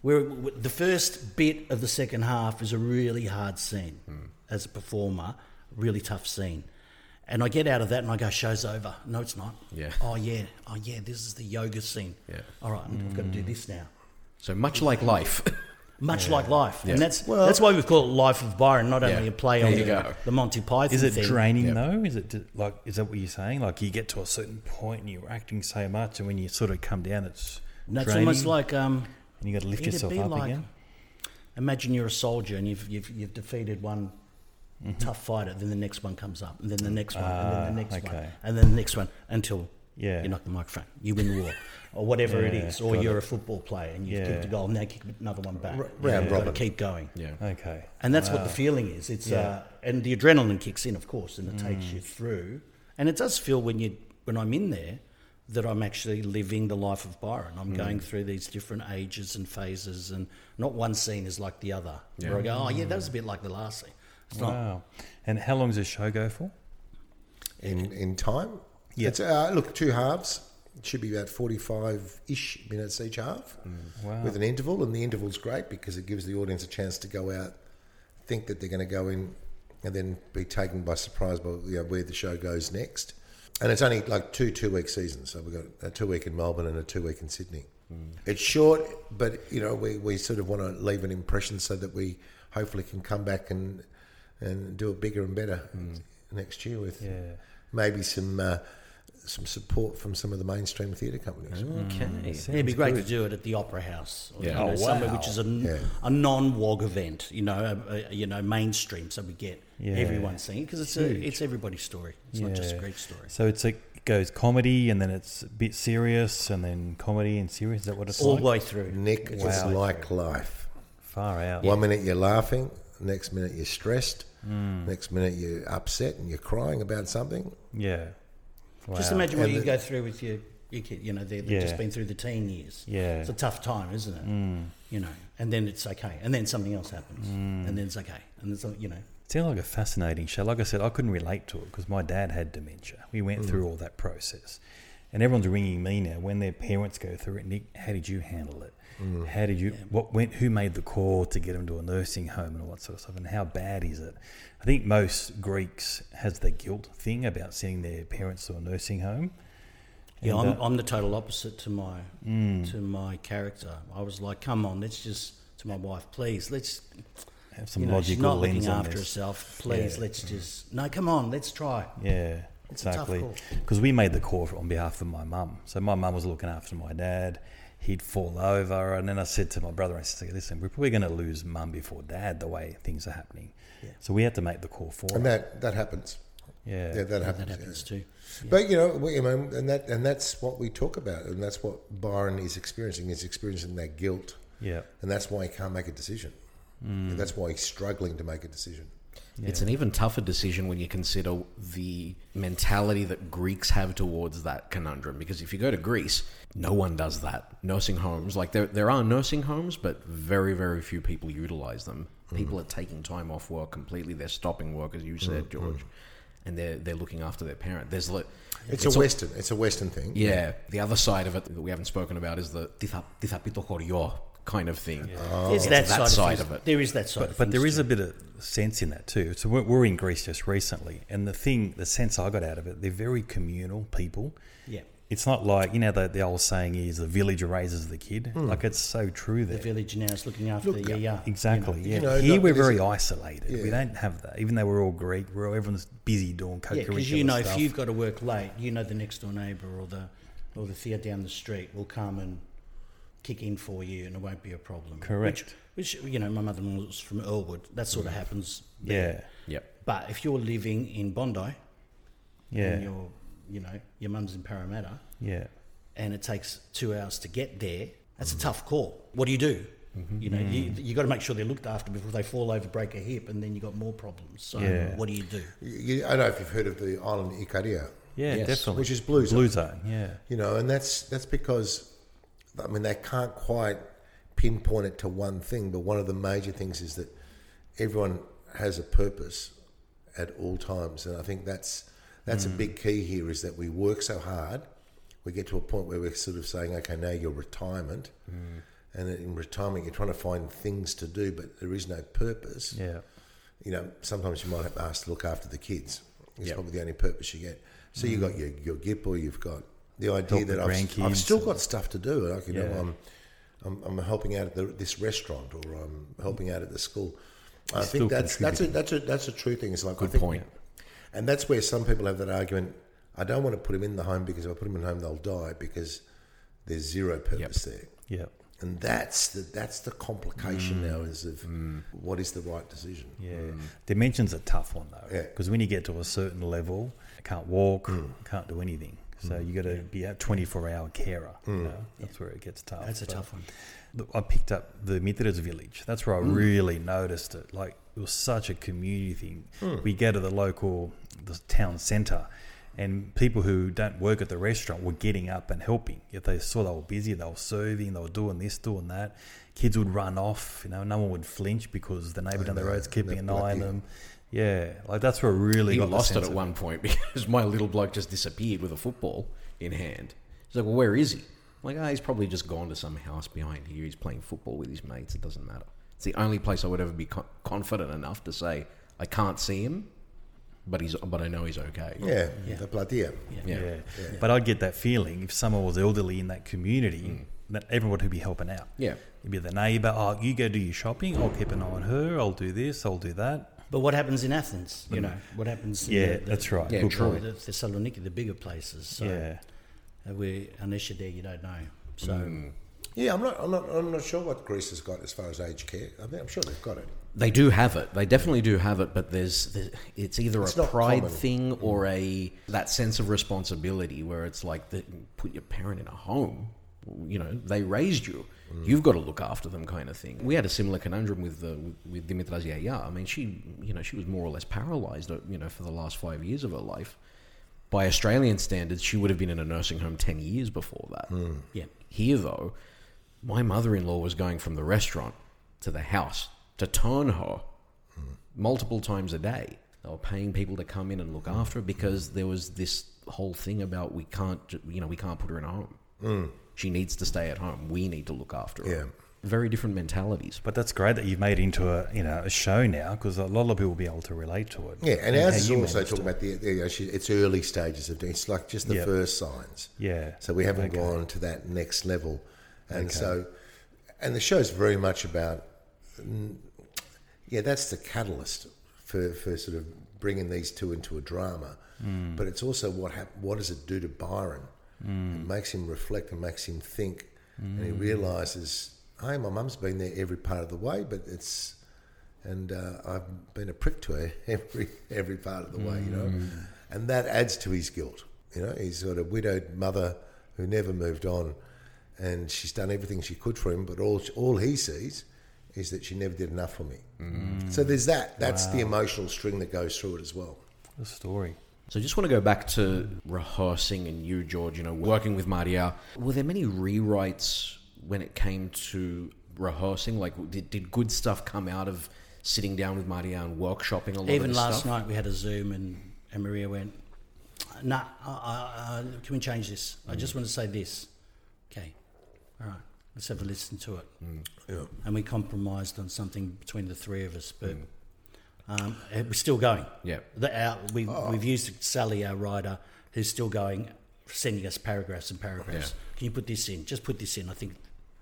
Speaker 5: Where the first bit of the second half is a really hard scene
Speaker 1: Hmm.
Speaker 5: as a performer, really tough scene. And I get out of that and I go, show's over. No, it's not.
Speaker 1: Yeah.
Speaker 5: Oh, yeah. Oh, yeah. This is the yoga scene.
Speaker 1: Yeah.
Speaker 5: All right. I've got to do this now.
Speaker 1: So much like life.
Speaker 5: Much like life.
Speaker 1: Yeah.
Speaker 5: And that's that's why we call it Life of Byron, not only a play
Speaker 1: There
Speaker 5: on
Speaker 1: you
Speaker 5: the,
Speaker 1: go.
Speaker 5: the Monty Python
Speaker 3: is it
Speaker 5: thing.
Speaker 3: draining
Speaker 1: Yep.
Speaker 3: though? Is it d- like is that what you're saying? Like you get to a certain point and you're acting so much, and when you sort of come down, it's
Speaker 5: And that's
Speaker 3: draining,
Speaker 5: almost like. Um,
Speaker 3: and you got to lift
Speaker 5: It'd
Speaker 3: yourself
Speaker 5: be
Speaker 3: up
Speaker 5: like-
Speaker 3: again.
Speaker 5: imagine you're a soldier and you've you've, you've defeated one tough fighter, then the next one comes up, and then the next one, and then the
Speaker 3: Mm-hmm. Ah,
Speaker 5: next one,
Speaker 3: okay.
Speaker 5: and then the next one until
Speaker 3: Yeah.
Speaker 5: you knock the microphone, you win the war, or whatever it
Speaker 3: Yeah,
Speaker 5: is, or
Speaker 3: got
Speaker 5: you're a football player and you've
Speaker 3: Yeah.
Speaker 5: kicked a goal, and they kick another one back.
Speaker 4: round
Speaker 5: You've got to
Speaker 4: robin.
Speaker 5: keep going.
Speaker 1: yeah.
Speaker 3: Okay.
Speaker 5: And that's what the feeling is. It's uh, and the adrenaline kicks in, of course, and it takes you through. And it does feel when you when I'm in there that I'm actually living the life of Byron. I'm going through these different ages and phases, and not one scene is like the other. Where I go, oh yeah, that was a bit like the last scene. It's not.
Speaker 3: Wow. And how long does the show go for?
Speaker 4: in in time.
Speaker 3: Yeah.
Speaker 4: It's, uh, look, two halves it should be about forty-five ish minutes each half,
Speaker 3: Mm. Wow.
Speaker 4: with an interval, and the interval's great because it gives the audience a chance to go out, think that they're going to go in, and then be taken by surprise by you know, where the show goes next. And it's only like two two-week seasons, so we've got a two-week in Melbourne and a two-week in Sydney.
Speaker 3: Mm.
Speaker 4: It's short, but you know we, we sort of want to leave an impression so that we hopefully can come back and and do it bigger and better next year with
Speaker 3: Mm. Yeah.
Speaker 4: maybe some uh, some support from some of the mainstream theatre companies.
Speaker 1: Okay.
Speaker 5: Yeah, it'd be great to do it at the Opera House, or,
Speaker 1: Yeah.
Speaker 5: you know,
Speaker 1: Oh,
Speaker 5: somewhere which is a,
Speaker 4: Yeah.
Speaker 5: a non-wog event, you know, a, a, you know, mainstream. So we get
Speaker 3: Yeah.
Speaker 5: everyone singing because it's a, it's everybody's story. It's not just a Greek story.
Speaker 3: So it's like it goes comedy, and then it's a bit serious, and then comedy and serious. Is that what it's
Speaker 5: all
Speaker 3: like?
Speaker 5: the way through.
Speaker 4: Nick was like life.
Speaker 3: Far out.
Speaker 4: One minute you're laughing, next minute you're stressed, next minute you're upset and you're crying about something.
Speaker 3: Yeah.
Speaker 5: Just
Speaker 3: Wow.
Speaker 5: imagine what
Speaker 4: And
Speaker 5: you
Speaker 4: the-
Speaker 5: go through with your, your kid. You know, they've they've just
Speaker 3: Yeah.
Speaker 5: been through the teen years.
Speaker 3: Yeah. Mm.
Speaker 5: It's a tough time, isn't it? You know, and then it's okay. And then something else happens. And then it's okay. And then, something- you know,
Speaker 3: It sounds like a fascinating show. Like I said, I couldn't relate to it because my dad had dementia. We went through all that process. And everyone's ringing me now when their parents go through it. Nick, how did you handle it? How did you, what went, who made the call to get him to a nursing home and all that sort of stuff? And how bad is it? I think most Greeks has the guilt thing about sending their parents to a nursing home.
Speaker 5: Yeah,
Speaker 3: And,
Speaker 5: I'm,
Speaker 3: uh,
Speaker 5: I'm the total opposite to my
Speaker 3: Mm.
Speaker 5: to my character. I was like, come on, let's just to my wife, please, let's
Speaker 3: Have some
Speaker 5: you know, she's
Speaker 3: logical
Speaker 5: not
Speaker 3: lens
Speaker 5: looking
Speaker 3: on
Speaker 5: after
Speaker 3: this.
Speaker 5: herself. Please,
Speaker 3: Yeah. Mm.
Speaker 5: let's just no, come on, let's try.
Speaker 3: Yeah,
Speaker 5: It's a tough
Speaker 3: exactly.
Speaker 5: call.
Speaker 3: Because we made the call for, on behalf of my mum. So my mum was looking after my dad. he'd fall over. And then I said to my brother and sister, listen, we're probably going to lose mum before dad the way things are happening. So we had to make the call for
Speaker 4: And
Speaker 3: her.
Speaker 4: that that happens.
Speaker 3: Yeah.
Speaker 4: Yeah, that happens.
Speaker 5: That happens too.
Speaker 4: yeah. But you know, we, I mean, and that and that's what we talk about, and that's what Byron is experiencing. He's experiencing that guilt,
Speaker 3: Yeah.
Speaker 4: and that's why he can't make a decision. And that's why he's struggling to make a decision.
Speaker 1: It's an even tougher decision when you consider the mentality that Greeks have towards that conundrum. Because if you go to Greece, no one does that. Nursing homes, like there, there are nursing homes, but very, very few people utilize them. People are taking time off work completely. They're stopping work, as you said, George, and they're they're looking after their parent. There's li-
Speaker 4: It's, a Western. It's a Western thing.
Speaker 1: yeah. The other side of it that we haven't spoken about is the "Titha- tithapito horio kind of thing.
Speaker 5: There's
Speaker 1: It's
Speaker 5: that,
Speaker 1: that
Speaker 5: side,
Speaker 1: side
Speaker 5: of,
Speaker 1: of
Speaker 5: things.
Speaker 1: it.
Speaker 5: There is that side.
Speaker 3: Oh, But,
Speaker 5: of
Speaker 3: but there
Speaker 5: things
Speaker 3: is a bit of sense in that too. So we're, we're in Greece just recently, and the thing, the sense I got out of it, they're very communal people.
Speaker 5: too. yeah.
Speaker 3: It's not like you know the, the old saying is the villager raises the kid. Like it's so true there.
Speaker 5: The village now is looking after the yeah, yeah.
Speaker 3: Exactly. yeah.
Speaker 4: know,
Speaker 3: Here
Speaker 4: like
Speaker 3: we're
Speaker 4: it is-
Speaker 3: very isolated. We
Speaker 4: Yeah.
Speaker 3: don't have that. Even though we're all Greek, we're all, everyone's busy doing
Speaker 5: Yeah,
Speaker 3: co-curricular
Speaker 5: because you know,
Speaker 3: stuff.
Speaker 5: if you've got to work late, you know the next door neighbour or the or the theatre down the street will come and kick in for you, and it won't be a problem.
Speaker 3: Correct. Mm.
Speaker 5: Which, which you know, my mother-in-law was from Earlwood. That sort of happens.
Speaker 3: yeah,
Speaker 1: Yep.
Speaker 5: But if you're living in Bondi and
Speaker 3: yeah,
Speaker 5: you're, you know, your mum's in Parramatta,
Speaker 3: yeah,
Speaker 5: and it takes two hours to get there, that's a
Speaker 3: Mm.
Speaker 5: tough call. What do you do?
Speaker 3: Mm-hmm.
Speaker 5: You know, you you got to make sure they're looked after before they fall over, break a hip, and then you got more problems. So,
Speaker 3: Yeah.
Speaker 5: what do you do?
Speaker 4: You- you- I don't know if you've heard of the island Ikaria,
Speaker 3: yeah,
Speaker 1: Yes.
Speaker 3: definitely.
Speaker 4: which is blue zone.
Speaker 3: blue zone. Yeah,
Speaker 4: You know, and that's that's because, I mean, they can't quite pinpoint it to one thing. But one of the major things is that everyone has a purpose at all times, and I think that's that's a big key here. Is that we work so hard, we get to a point where we're sort of saying, okay, now you're retirement, and in retirement you're trying to find things to do, but there is no purpose
Speaker 3: yeah,
Speaker 4: you know, sometimes you might have to ask to look after the kids. It's
Speaker 1: Yep.
Speaker 4: probably the only purpose you get. So you've got your, your GIP or you've got the idea
Speaker 3: Help
Speaker 4: that
Speaker 3: the
Speaker 4: I've,
Speaker 3: grandkids
Speaker 4: I've still
Speaker 3: and-
Speaker 4: got stuff to do. Like, you know,
Speaker 3: Yeah.
Speaker 4: I'm, I'm, I'm helping out at the, this restaurant or I'm helping out at the school. I
Speaker 3: still
Speaker 4: think that's that's a, that's a that's a true thing. It's like I
Speaker 1: Good
Speaker 4: think-
Speaker 1: point.
Speaker 4: and that's where some people have that argument. I don't want to put them in the home because if I put them in the home, they'll die because there's zero purpose there.
Speaker 3: yeah,
Speaker 4: And that's the that's the complication now is of what is the right decision.
Speaker 3: Mm. yeah. Dimensions a tough one though,
Speaker 4: Yeah.
Speaker 3: because when you get to a certain level, you can't walk, can't do anything. So you got to be a twenty-four hour carer. You know? That's where it gets tough.
Speaker 5: That's a
Speaker 3: But-
Speaker 5: tough one.
Speaker 3: Look, I picked up the Methodist village. That's where I
Speaker 1: Mm.
Speaker 3: really noticed it. Like it was such a community thing.
Speaker 1: Hmm.
Speaker 3: We go to the local the town centre, and people who don't work at the restaurant were getting up and helping. If they saw they were busy, they were serving, they were doing this, doing that. Kids would run off. You know, no one would flinch because the neighbour down the road's keeping an eye on them. Yeah, like that's where I really
Speaker 1: He
Speaker 3: got the
Speaker 1: lost it
Speaker 3: sense
Speaker 1: at
Speaker 3: of-
Speaker 1: one point because my little bloke just disappeared with a football in hand. He's like, "Well, where is he?" I'm like, "Ah, he's probably just gone to some house behind here. He's playing football with his mates. It doesn't matter." It's the only place I would ever be co- confident enough to say I can't see him, but he's but I know he's okay.
Speaker 4: Yeah, the platea.
Speaker 1: yeah.
Speaker 3: Yeah. But I'd get that feeling if someone was elderly in that community, that everyone would be helping out.
Speaker 1: Yeah.
Speaker 3: It'd be the neighbour, oh, you go do your shopping, I'll keep an eye on her, I'll do this, I'll do that.
Speaker 5: But what happens in Athens? You know, what happens? in
Speaker 3: Yeah,
Speaker 5: the- the-
Speaker 3: that's right.
Speaker 1: Mm. Yeah,
Speaker 3: Good
Speaker 1: true.
Speaker 5: Or
Speaker 3: point.
Speaker 5: the Thessaloniki, the bigger places. So
Speaker 3: Yeah.
Speaker 5: uh, we, unless you're there, you don't know. So
Speaker 1: Mm.
Speaker 4: Yeah, I'm not, I'm not, I'm not sure what Greece has got as far as aged care. I mean, I'm sure they've got it.
Speaker 1: They do have it. They definitely do have it, but there's, there's it's either
Speaker 4: It's
Speaker 1: a
Speaker 4: not
Speaker 1: pride
Speaker 4: common. Mm.
Speaker 1: thing or a that sense of responsibility where it's like the, put your parent in a home. You know, they raised you.
Speaker 4: Mm.
Speaker 1: You've got to look after them, kind of thing. We had a similar conundrum with the with Dimitras Yaya. I mean, she you know she was more or less paralyzed. uh, You know, for the last five years of her life. By Australian standards, she would have been in a nursing home ten years before that.
Speaker 4: Mm.
Speaker 5: yeah,
Speaker 1: Here, though, my mother in law was going from the restaurant to the house to turn her multiple times a day. They were paying people to come in and look after her because there was this whole thing about we can't, ju- you know, we can't put her in a home. She needs to stay at home. We need to look after her.
Speaker 4: Yeah.
Speaker 1: Very different mentalities.
Speaker 3: But that's great that you've made it into a you know a show now because a lot of people will be able to relate to it.
Speaker 4: Yeah, and ours
Speaker 3: how
Speaker 4: is
Speaker 3: you
Speaker 4: also
Speaker 3: managed
Speaker 4: talking about the, the you know, she- it's early stages of doing. It's like just the
Speaker 3: Yeah.
Speaker 4: first signs.
Speaker 3: Yeah.
Speaker 4: So we haven't
Speaker 3: Okay.
Speaker 4: gone to that next level, and so, and the show's very much about, mm, yeah, that's the catalyst for, for sort of bringing these two into a drama,
Speaker 3: Mm.
Speaker 4: but
Speaker 3: Mm.
Speaker 4: it's also what hap- what does it do to Byron? It makes him reflect and makes him think. and he realizes, hey, my mum's been there every part of the way, but it's, and uh, I've been a prick to her every every part of the way, you know, and that adds to his guilt. You know, he's got a widowed mother who never moved on, and she's done everything she could for him, but all all he sees is that she never did enough for me. So there's that. That's the emotional string that goes through it as well.
Speaker 3: The story.
Speaker 1: So I just want to go back to rehearsing and you, George, you know, working with Maria. Were there many rewrites when it came to rehearsing? Like, did, did good stuff come out of sitting down with Maria and workshopping a lot of
Speaker 5: Even
Speaker 1: this
Speaker 5: last
Speaker 1: stuff?
Speaker 5: night we had a Zoom and, and Maria went, nah, uh, uh, can we change this? I
Speaker 1: Mm.
Speaker 5: just want to say this. Okay, all right, let's have a listen to it.
Speaker 4: Yeah.
Speaker 5: And we compromised on something between the three of us, but um, it was still going.
Speaker 1: Yeah.
Speaker 5: The, our, we've, we've used Sally, our writer, who's still going, sending us paragraphs and paragraphs. Can you put this in? Just put this in. I think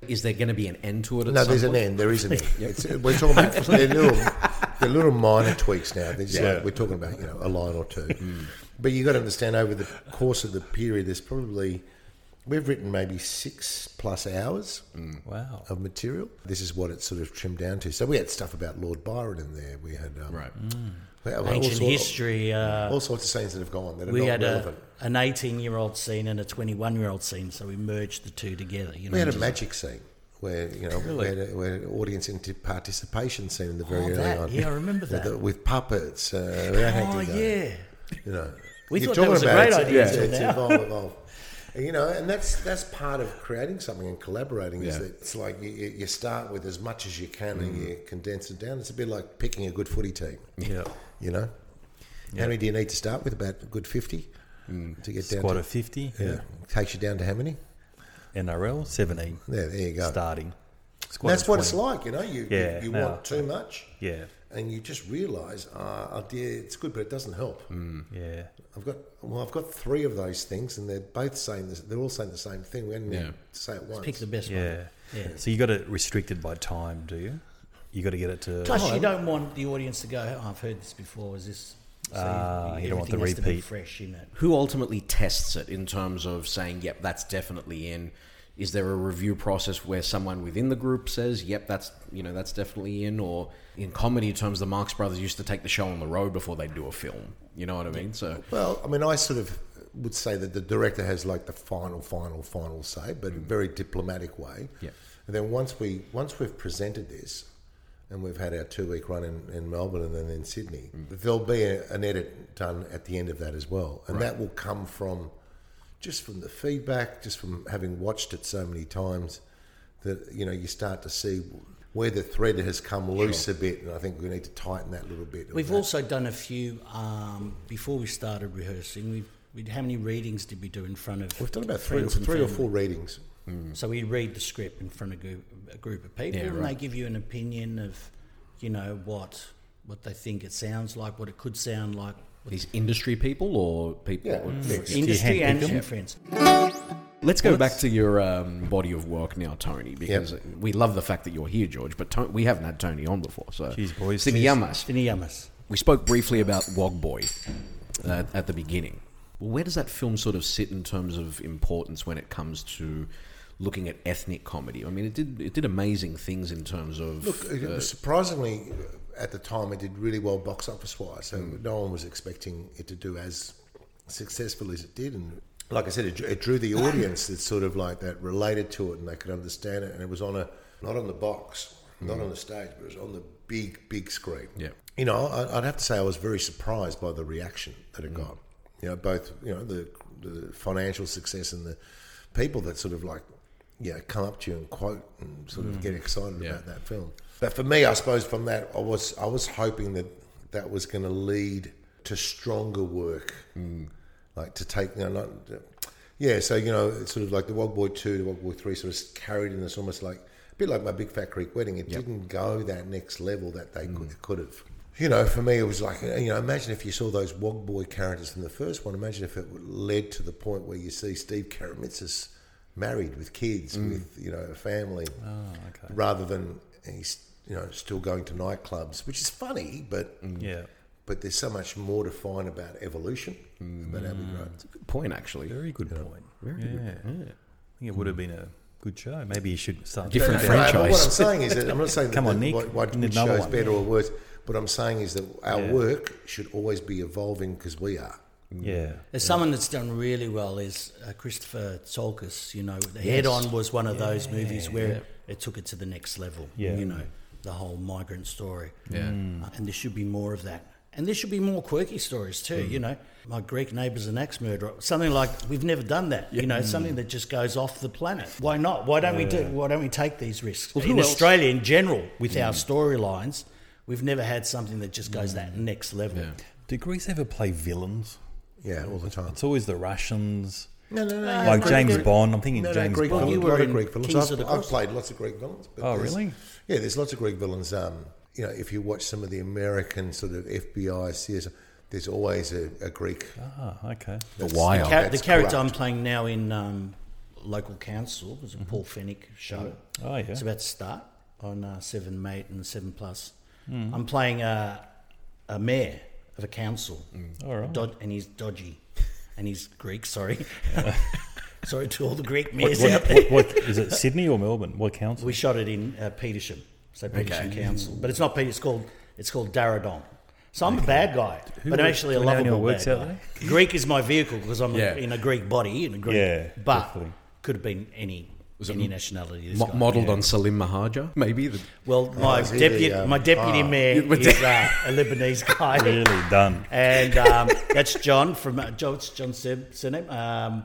Speaker 1: Is there going to be an end to it? At
Speaker 4: No,
Speaker 1: some
Speaker 4: there's
Speaker 1: point?
Speaker 4: an end. There is an end. It's, we're talking about they're little, they're little minor tweaks now. They're just like- we're talking about you know a line or two.
Speaker 5: Hmm.
Speaker 4: But you got to understand over the course of the period, there's probably we've written maybe six plus hours
Speaker 5: Hmm.
Speaker 3: Wow.
Speaker 4: of material. This is what it's sort of trimmed down to. So we had stuff about Lord Byron in there. We had um,
Speaker 1: Right.
Speaker 4: we had all
Speaker 5: ancient
Speaker 4: sort-
Speaker 5: history. Uh,
Speaker 4: all sorts of scenes that have gone that are
Speaker 5: we
Speaker 4: not
Speaker 5: had uh, a,
Speaker 4: relevant.
Speaker 5: an 18 year old scene and a 21 year old scene, so we merged the two together. You know,
Speaker 4: we had a
Speaker 5: just-
Speaker 4: magic scene where you know we, had a, we had an audience into participation scene in the very
Speaker 5: Oh,
Speaker 4: early
Speaker 5: that.
Speaker 4: on.
Speaker 5: Yeah, I remember
Speaker 4: With
Speaker 5: that.
Speaker 4: the- With, puppets. Uh, we had
Speaker 5: Oh
Speaker 4: to go.
Speaker 5: yeah,
Speaker 4: you know.
Speaker 5: We
Speaker 4: You're
Speaker 5: thought that
Speaker 4: talking
Speaker 5: was a
Speaker 4: about
Speaker 5: great
Speaker 4: it's-
Speaker 5: idea
Speaker 4: It's,
Speaker 5: until
Speaker 4: it's
Speaker 5: now.
Speaker 4: evolve, evolve. And, you know, and that's that's part of creating something and collaborating. Is
Speaker 1: Yeah.
Speaker 4: that it's like you, you you start with as much as you can and
Speaker 5: Mm.
Speaker 4: you condense it down. It's a bit like picking a good footy team.
Speaker 3: Yeah.
Speaker 4: You know, how many do you need to start with? About a good fifty
Speaker 5: Mm.
Speaker 4: to get
Speaker 3: Squad
Speaker 4: down.
Speaker 3: of 50.
Speaker 4: To, yeah. takes you down to how many?
Speaker 3: NRL, 17.
Speaker 4: Yeah, there you go.
Speaker 3: Starting. Squad
Speaker 4: That's
Speaker 3: of
Speaker 4: what it's
Speaker 3: 20.
Speaker 4: like. You know, you
Speaker 3: Yeah,
Speaker 4: you, you
Speaker 3: no.
Speaker 4: want too much,
Speaker 3: Yeah.
Speaker 4: and you just realise, ah, oh, dear, it's good, but it doesn't help.
Speaker 3: Mm. Yeah.
Speaker 4: I've got well, I've got three of those things, and they're both saying this. They're all saying the same thing. We only
Speaker 1: Yeah.
Speaker 4: need to say it once.
Speaker 5: pick the best
Speaker 3: Yeah.
Speaker 5: one. Yeah.
Speaker 3: So you got it restricted by time, do you? You got to get it to. Oh,
Speaker 5: Plus, you don't want the audience to go. "Oh, I've heard this before. Is this? So
Speaker 3: Ah, you don't want the
Speaker 5: everything has to be
Speaker 3: repeat.
Speaker 5: fresh in it.
Speaker 1: Who ultimately tests it in terms of saying, yep, that's definitely in? Is there a review process where someone within the group says, yep, that's, you know, that's definitely in? Or in comedy terms, the Marx Brothers used to take the show on the road before they'd do a film. You know what I mean? So,
Speaker 4: Well, I mean, I sort of would say that the director has like the final, final, final say, but in a very diplomatic way.
Speaker 1: Yeah.
Speaker 4: And then once we once we've presented this, and we've had our two week run in, in Melbourne and then in Sydney,
Speaker 5: Mm.
Speaker 4: there'll be a, an edit done at the end of that as well, and that will come from just from the feedback, just from having watched it so many times, that you know you start to see where the thread has come loose a bit, and I think we need to tighten that little bit.
Speaker 5: We've also done a few um, before we started rehearsing. We've, we how many readings did we do in front of?
Speaker 4: We've done about three,
Speaker 5: friends and
Speaker 4: three or
Speaker 5: family?
Speaker 4: four readings.
Speaker 5: So we read the script in front of group, a group of people,
Speaker 1: Yeah,
Speaker 5: and they
Speaker 1: right.
Speaker 5: give you an opinion of, you know, what what they think it sounds like, what it could sound like, what
Speaker 1: these industry people or people. Mm.
Speaker 4: Yeah, mixed.
Speaker 5: industry
Speaker 3: handpick
Speaker 5: and
Speaker 3: them?
Speaker 5: and friends.
Speaker 1: Let's go back to your um, body of work now, Tony, because we love the fact that you're here, George. But Ton we haven't had Tony on before, so
Speaker 3: Jeez, boys.
Speaker 1: Siniyamas.
Speaker 5: Finiyamas.
Speaker 1: We spoke briefly about Wog Boy uh, at the beginning. Where does that film sort of sit in terms of importance when it comes to looking at ethnic comedy? I mean, it did it did amazing things in terms of
Speaker 4: Look, it was surprisingly, uh, at the time, it did really well box office wise. So no one was expecting it to do as successful as it did. And like I said, it, it drew the audience that sort of like that related to it and they could understand it. And it was on a not on the box, not on the stage, but it was on the big, big screen.
Speaker 1: Yeah.
Speaker 4: You know, I, I'd have to say I was very surprised by the reaction that it got. You know, both you know the the financial success and the people that sort of like yeah come up to you and quote and sort of get excited
Speaker 1: Yeah.
Speaker 4: about that film. But for me, I suppose from that, I was I was hoping that that was going to lead to stronger work, like to take you know not. Yeah, so you know, it's sort of like the Wog Boy Two, the Wog Boy Three, sort of carried in this almost like a bit like my Big Fat Creek Wedding. It didn't go that next level that they could, could have. You know, for me, it was like you know, imagine if you saw those Wog Boy characters from the first one. Imagine if it led to the point where you see Steve Karamitzis married with kids, with you know, a family, rather than he's you know still going to nightclubs, which is funny, but
Speaker 3: Yeah.
Speaker 4: but there's so much more to find about evolution
Speaker 5: Mm.
Speaker 4: about how we grow.
Speaker 1: point actually.
Speaker 3: Very good point. yeah. I think it would have been a Good show. Maybe you should start
Speaker 1: Different
Speaker 3: thinking
Speaker 4: No,
Speaker 3: about-
Speaker 4: but
Speaker 1: franchise.
Speaker 4: what I'm saying is that I'm not saying
Speaker 3: Come
Speaker 4: that
Speaker 3: on,
Speaker 4: the-
Speaker 3: Nick.
Speaker 4: what, what
Speaker 3: You need
Speaker 4: good
Speaker 3: another
Speaker 4: shows
Speaker 3: one.
Speaker 4: better or worse. What I'm saying is that our
Speaker 3: Yeah.
Speaker 4: work should always be evolving because we are.
Speaker 3: Yeah.
Speaker 5: There's someone that's done really well is uh, Christopher Tsolkis. You know, the Head On was one of those movies where it took it to the next level.
Speaker 3: Yeah.
Speaker 5: You know, the whole migrant story.
Speaker 1: Yeah.
Speaker 5: Uh, and there should be more of that. And there should be more quirky stories too. You know, my Greek neighbour's an axe murderer. Something like we've never done that. You know, something that just goes off the planet. Why not? Why don't we do? Why don't we take these risks
Speaker 1: Well, who
Speaker 5: in
Speaker 1: else-
Speaker 5: Australia in general with our storylines? We've never had something that just goes that next level.
Speaker 1: Yeah.
Speaker 3: Do Greece ever play villains?
Speaker 4: Yeah, all the time.
Speaker 3: It's always the Russians.
Speaker 4: No, no, no.
Speaker 5: Uh,
Speaker 3: Like James Bond. I'm thinking
Speaker 4: No, no,
Speaker 3: James
Speaker 4: Greek
Speaker 3: Bond.
Speaker 4: villains.
Speaker 5: you
Speaker 4: You
Speaker 5: were
Speaker 4: were
Speaker 5: in
Speaker 4: Greek villains.
Speaker 5: Kings
Speaker 4: I've,
Speaker 5: of the
Speaker 4: I've
Speaker 5: Cross.
Speaker 4: played lots of Greek villains. But
Speaker 3: Oh,
Speaker 4: there's-
Speaker 3: really?
Speaker 4: Yeah, there's lots of Greek villains. Um, you know, if you watch some of the American sort of FBI, CS, there's always a, a Greek.
Speaker 3: Ah, okay.
Speaker 1: The Wire.
Speaker 5: Ca- the
Speaker 4: that's
Speaker 5: character
Speaker 4: corrupt.
Speaker 5: I'm playing now in um, local council was a Paul Fennick show.
Speaker 3: Mm-hmm. Oh, yeah.
Speaker 5: It's about to start on uh, Seven Mate and Seven Plus.
Speaker 3: Mm.
Speaker 5: I'm playing a, a mayor of a council,
Speaker 3: Mm. All right.
Speaker 5: Dod- and he's dodgy, and he's Greek. Sorry, sorry to all the Greek
Speaker 3: What,
Speaker 5: mayors out
Speaker 3: what,
Speaker 5: there.
Speaker 3: what, what, is it Sydney or Melbourne? What council?
Speaker 5: We shot it in uh, Petersham, so Petersham
Speaker 1: Okay.
Speaker 5: Council, but it's not Peter. It's called it's called Daradong. So I'm a bad guy, but I'm
Speaker 3: works-
Speaker 5: actually a
Speaker 3: do we know
Speaker 5: lovable
Speaker 3: anyone works
Speaker 5: bad
Speaker 3: out
Speaker 5: guy. Greek is my vehicle because I'm
Speaker 1: Yeah.
Speaker 5: in a Greek body in a Greek,
Speaker 3: Yeah,
Speaker 5: but
Speaker 3: definitely.
Speaker 5: could have been any
Speaker 1: Was it
Speaker 5: any
Speaker 1: m-
Speaker 5: nationality. This
Speaker 1: Mo-
Speaker 5: guy.
Speaker 1: modeled on Salim Mahaja, maybe. The,
Speaker 5: Well, my
Speaker 4: is he the,
Speaker 5: deputy,
Speaker 4: um,
Speaker 5: my deputy mayor
Speaker 1: You-
Speaker 5: is uh, a Lebanese guy,
Speaker 3: really done.
Speaker 5: and um, that's John from uh, John, it's John Seb, surname um,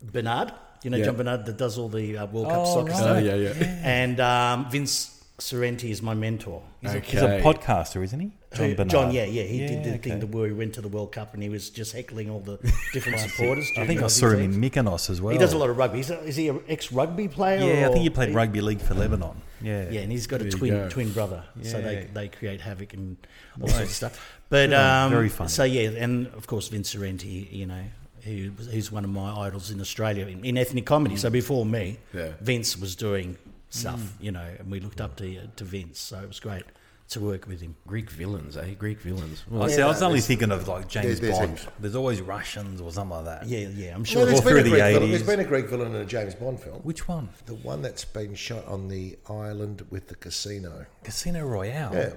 Speaker 5: Bernard. You know
Speaker 1: Yeah.
Speaker 5: John Bernard that does all the uh, World Cup
Speaker 3: Oh,
Speaker 5: soccer
Speaker 1: oh,
Speaker 3: right.
Speaker 5: stuff,
Speaker 1: yeah, yeah.
Speaker 5: and um, Vince. Sorrenti is my mentor.
Speaker 3: He's, a, he's a
Speaker 1: Okay.
Speaker 3: podcaster, isn't he?
Speaker 5: Who-
Speaker 3: Bernard.
Speaker 5: John, yeah, yeah, he did the
Speaker 3: Yeah,
Speaker 5: thing
Speaker 3: okay.
Speaker 5: that where he went to the World Cup and he was just heckling all the different supporters.
Speaker 3: I
Speaker 5: during
Speaker 3: think I
Speaker 5: those
Speaker 3: saw him
Speaker 5: events.
Speaker 3: in Mykonos as well.
Speaker 5: He does a lot of rugby. He's a, is he an ex-rugby player?
Speaker 3: Yeah, I
Speaker 5: or-
Speaker 3: think he played rugby league for Lebanon. Yeah.
Speaker 5: Yeah, and he's got a
Speaker 1: There you
Speaker 5: twin
Speaker 1: go.
Speaker 5: twin brother, so they,
Speaker 3: Yeah.
Speaker 5: they create havoc and all sorts of stuff. But
Speaker 3: on
Speaker 5: um,
Speaker 3: you. Very funny.
Speaker 5: So yeah, and of course Vince Sorrenti, you know, who who's one of my idols in Australia in, in ethnic comedy. So before me,
Speaker 1: Yeah.
Speaker 5: Vince was doing stuff, you know, and we looked up to to Vince, so it was great to work with him.
Speaker 1: Greek villains, eh? Greek villains.
Speaker 3: I
Speaker 1: Well,
Speaker 3: see, I was only thinking of like
Speaker 4: there's-
Speaker 3: James
Speaker 4: there's a-
Speaker 3: Bond. there's always Russians or something like that.
Speaker 5: Yeah, yeah, I'm sure.
Speaker 4: Well,
Speaker 3: All
Speaker 4: there's been,
Speaker 3: through
Speaker 4: a
Speaker 3: the
Speaker 4: Greek villain,
Speaker 3: 80s.
Speaker 4: there's been a Greek villain in a James Bond film.
Speaker 3: Which one?
Speaker 4: The one that's been shot on the island with the casino.
Speaker 3: Casino Royale.
Speaker 4: Yeah,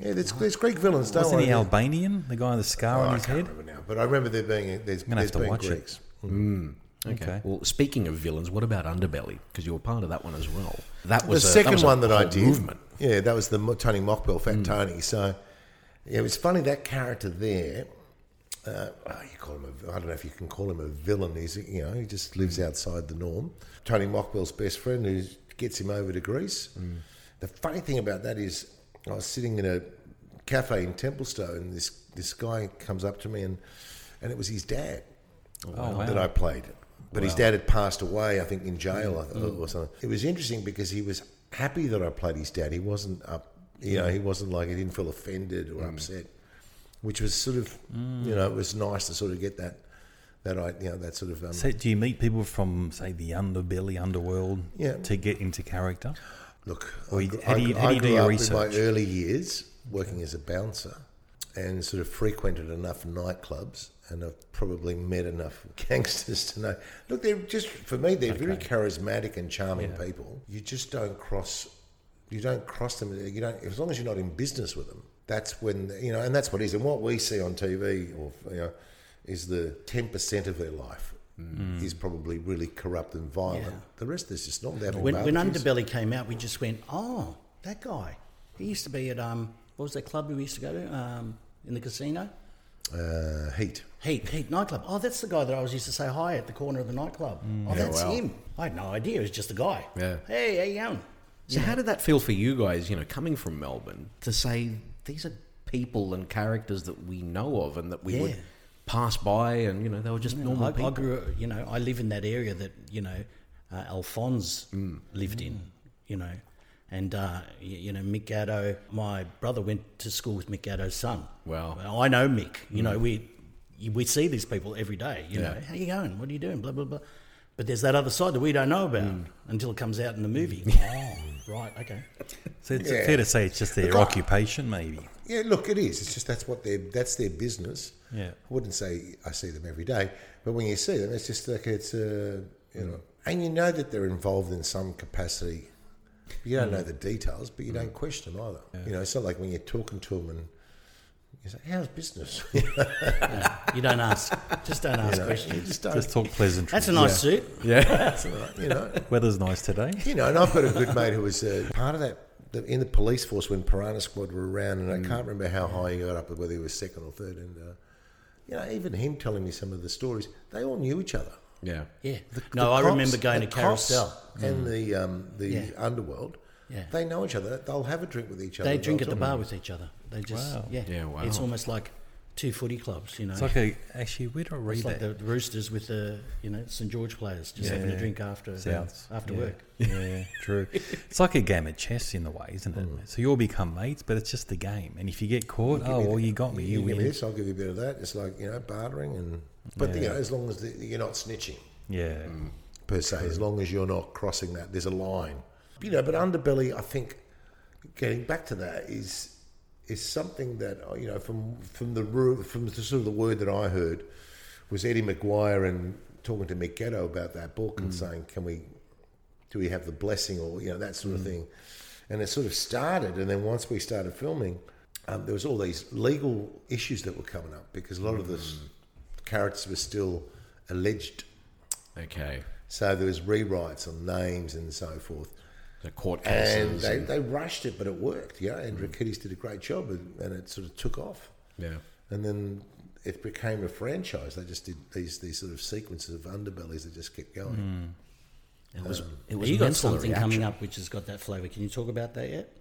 Speaker 4: yeah. There's, there's Greek villains, don't
Speaker 3: Wasn't
Speaker 4: worry.
Speaker 3: he Albanian? The guy with the scar
Speaker 4: Oh,
Speaker 3: on
Speaker 4: I
Speaker 3: his
Speaker 4: can't
Speaker 3: head?
Speaker 4: remember now, but I remember there being there's,
Speaker 3: gonna
Speaker 4: there's
Speaker 3: have to
Speaker 4: been
Speaker 3: watch it.
Speaker 4: Greeks.
Speaker 3: Okay.
Speaker 1: well, speaking of villains, what about Underbelly? Because you were part of that one as well. That
Speaker 4: the
Speaker 1: was a-
Speaker 4: second
Speaker 1: was a
Speaker 4: one that I
Speaker 1: whole
Speaker 4: did.
Speaker 1: Movement. Hmm.
Speaker 4: Yeah, that was the Mo- Tony Mockbell, Fat Tony. So yeah, it was funny that character there. Uh, oh, you call him a, I don't know if you can call him a villain. He's you know he just
Speaker 1: Hmm.
Speaker 4: lives outside the norm. Tony Mockbell's best friend who gets him over to Greece.
Speaker 1: Hmm.
Speaker 4: The funny thing about that is I was sitting in a cafe in Templestowe and this this guy comes up to me and and it was his dad
Speaker 3: wow.
Speaker 4: Oh, that I played. But his dad had passed away, I think, in jail I th- or something. It was interesting because he was happy that I played his dad. He wasn't up, you know, he wasn't like, he didn't feel offended or upset, which was sort of, you know, it was nice to sort of get that, that, I, you know, that sort of. Um,
Speaker 3: So do you meet people from, say, the underbelly, underworld
Speaker 4: Yeah.
Speaker 3: to get into character?
Speaker 4: Look,
Speaker 3: Or
Speaker 4: I
Speaker 3: you-
Speaker 4: gr-
Speaker 3: how do you-
Speaker 4: I,
Speaker 3: how do
Speaker 4: I
Speaker 3: you do
Speaker 4: grew
Speaker 3: your
Speaker 4: up in
Speaker 3: research?
Speaker 4: my early years working as a bouncer and sort of frequented enough nightclubs and I've probably met enough gangsters to know. Look, they're just, for me, they're very charismatic and charming people. You just don't cross, you don't cross them, you don't, as long as you're not in business with them, that's when, you know, and that's what it is. And what we see on TV or, you know, is the 10% of their life. Is probably really corrupt and violent.
Speaker 5: Yeah.
Speaker 4: The rest is just not. They're having
Speaker 5: When, when
Speaker 4: barbecues.
Speaker 5: Underbelly came out, we just went, oh, that guy. He used to be at, um, what was that club we used to go to um, in the casino?
Speaker 4: uh, heat.
Speaker 5: Heat, Heat nightclub. Oh, that's the guy that I was used to say hi at the corner of the nightclub. Oh, that's
Speaker 1: Mm. wow.
Speaker 5: him. I had no idea. It was just a guy.
Speaker 1: Yeah.
Speaker 5: Hey, how you going?
Speaker 1: So how did that feel for you guys? You know, coming from Melbourne to say these are people and characters that we know of and that we would
Speaker 5: Yeah.
Speaker 1: pass by, and you know they were just normal
Speaker 5: I,
Speaker 1: people.
Speaker 5: I grew, up, you know, I live in that area that you know uh, Alphonse
Speaker 1: Mm.
Speaker 5: lived in, you know, and uh, y- you know Mick Gatto. My brother went to school with Mick Gatto's son.
Speaker 1: Wow. Mm.
Speaker 5: Well, I know Mick. You know, we you- we see these people every day. You
Speaker 1: Yeah.
Speaker 5: know, how you going? What are you doing? Blah blah blah. But there's that other side that we don't know about
Speaker 1: Mm.
Speaker 5: until it comes out in the movie. oh, right, okay.
Speaker 3: So it's
Speaker 4: Yeah.
Speaker 3: fair to say it's just their occupation, maybe.
Speaker 4: Yeah, look, it is. It's just that's what their that's their business.
Speaker 3: Yeah.
Speaker 4: I wouldn't say I see them every day, but when you see them, it's just like it's a you know. And you know that they're involved in some capacity. You don't know the details, but you don't question either. You know, it's not like when you're talking to them and you say, "How's business?" you
Speaker 5: You don't ask. Just don't ask
Speaker 4: know,
Speaker 5: questions.
Speaker 4: you just don't.
Speaker 3: Just talk pleasantries.
Speaker 5: That's a nice suit.
Speaker 4: you know,
Speaker 3: Weather's nice today.
Speaker 4: you know. And I've got a good mate who was uh, part of that the, in the police force when Piranha Squad were around, and
Speaker 5: Mm.
Speaker 4: I can't remember how high he got up, whether he was second or third. And uh, you know, even him telling me some of the stories, they all knew each other.
Speaker 1: Yeah.
Speaker 5: Yeah.
Speaker 4: The-
Speaker 5: no,
Speaker 4: the
Speaker 5: I
Speaker 4: cops-
Speaker 5: remember going to
Speaker 4: the cops
Speaker 5: Carousel.
Speaker 4: and the um, the
Speaker 5: Yeah.
Speaker 4: underworld.
Speaker 5: Yeah.
Speaker 4: They know each other. They'll have a drink with each other.
Speaker 5: They drink at
Speaker 4: They'll
Speaker 5: the
Speaker 4: talk.
Speaker 5: bar with each other. They just
Speaker 3: Wow.
Speaker 5: yeah.
Speaker 1: Yeah, wow.
Speaker 5: It's almost like two footy clubs, you know.
Speaker 3: It's like a actually we don't read
Speaker 5: It's like
Speaker 3: that.
Speaker 5: the Roosters with the you know St George players just having a drink after
Speaker 3: Souths.
Speaker 5: after
Speaker 3: Yeah.
Speaker 5: work.
Speaker 3: Yeah, true. it's like a game of chess in a way, isn't it? So you all become mates, but it's just the game. And if you get caught, oh well, you got me.
Speaker 4: Hmm. You
Speaker 3: You
Speaker 4: give me
Speaker 3: win.
Speaker 4: this, I'll give you a bit of that. It's like you know bartering and, but you know, as long as the, you're not snitching
Speaker 3: Yeah.
Speaker 4: Hmm. per se, as long as you're not crossing that, there's a line. You know, but underbelly, I think, getting back to that is is something that uh, you know from from the ru- from the sort of the word that I heard was Eddie McGuire and talking to Mick Gatto about that book and saying, can we do we have the blessing or you know that sort of thing and it sort of started and then once we started filming um, there was all these legal issues that were coming up because a lot of the s- characters were still alleged
Speaker 1: Okay.
Speaker 4: so there was rewrites on names and so forth
Speaker 1: The court
Speaker 4: and uh,
Speaker 1: cases.
Speaker 4: they,
Speaker 1: and-
Speaker 4: they rushed it but it worked yeah Andrew Kitties did a great job and, and it sort of took off
Speaker 1: yeah.
Speaker 4: and then it became a franchise they just did these these sort of sequences of underbellies that just kept going
Speaker 5: It was, it
Speaker 1: was
Speaker 5: you got
Speaker 1: mental, the
Speaker 5: something coming up which has got that flavour. Can you talk about that yet?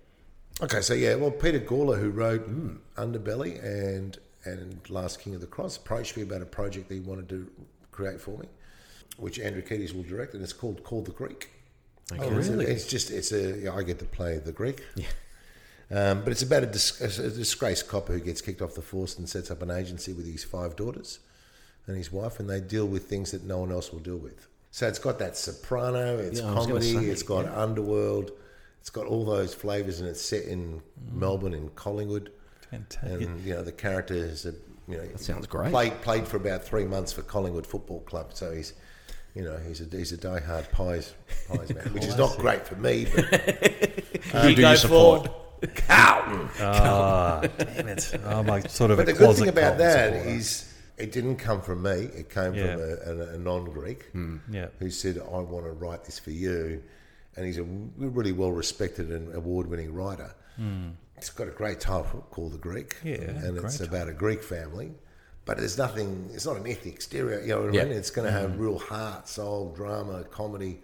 Speaker 4: Okay, so yeah, well, Peter Gawler, who wrote hmm, Underbelly and and Last King of the Cross, approached me about a project that he wanted to create for me, which Andrew Keatis will direct, and it's called Called the Greek.
Speaker 3: Oh,
Speaker 4: It's a-
Speaker 3: really?
Speaker 4: It's just it's a yeah, I get to play the Greek. Yeah. Um, but it's about a, dis- a disgraced cop who gets kicked off the force and sets up an agency with his five daughters and his wife, and they deal with things that no one else will deal with. So it's got that soprano, it's
Speaker 1: Yeah, I was gonna
Speaker 4: comedy,
Speaker 1: say,
Speaker 4: it's got underworld, it's got all those flavours, and it's set in
Speaker 1: Mm.
Speaker 4: Melbourne and Collingwood.
Speaker 3: Fantastic.
Speaker 4: And you know the characters, are, you know, that
Speaker 1: sounds great.
Speaker 4: Played played for about three months for Collingwood Football Club, so he's, you know, he's a he's a diehard Pies Pies man, which is not great for me, but
Speaker 1: Who do you support?
Speaker 3: Ah, damn it. I'm like sort of
Speaker 4: But
Speaker 3: a
Speaker 4: the good
Speaker 3: closet
Speaker 4: thing about
Speaker 3: Colton
Speaker 4: that
Speaker 3: supporter.
Speaker 4: is it didn't come from me. It came
Speaker 3: Yeah.
Speaker 4: from a, a, a non-Greek
Speaker 3: Yeah.
Speaker 4: who said, "I want to write this for you," and he's a really well-respected and award-winning writer. It's got a great title called "The Greek,"
Speaker 3: Hmm. Yeah,
Speaker 4: and it's
Speaker 3: great
Speaker 4: about a Greek family. But there's nothing. It's not an ethnic stereo. You know what I
Speaker 1: Yeah.
Speaker 4: mean? It's going to
Speaker 3: Hmm.
Speaker 4: have real heart, soul, drama, comedy.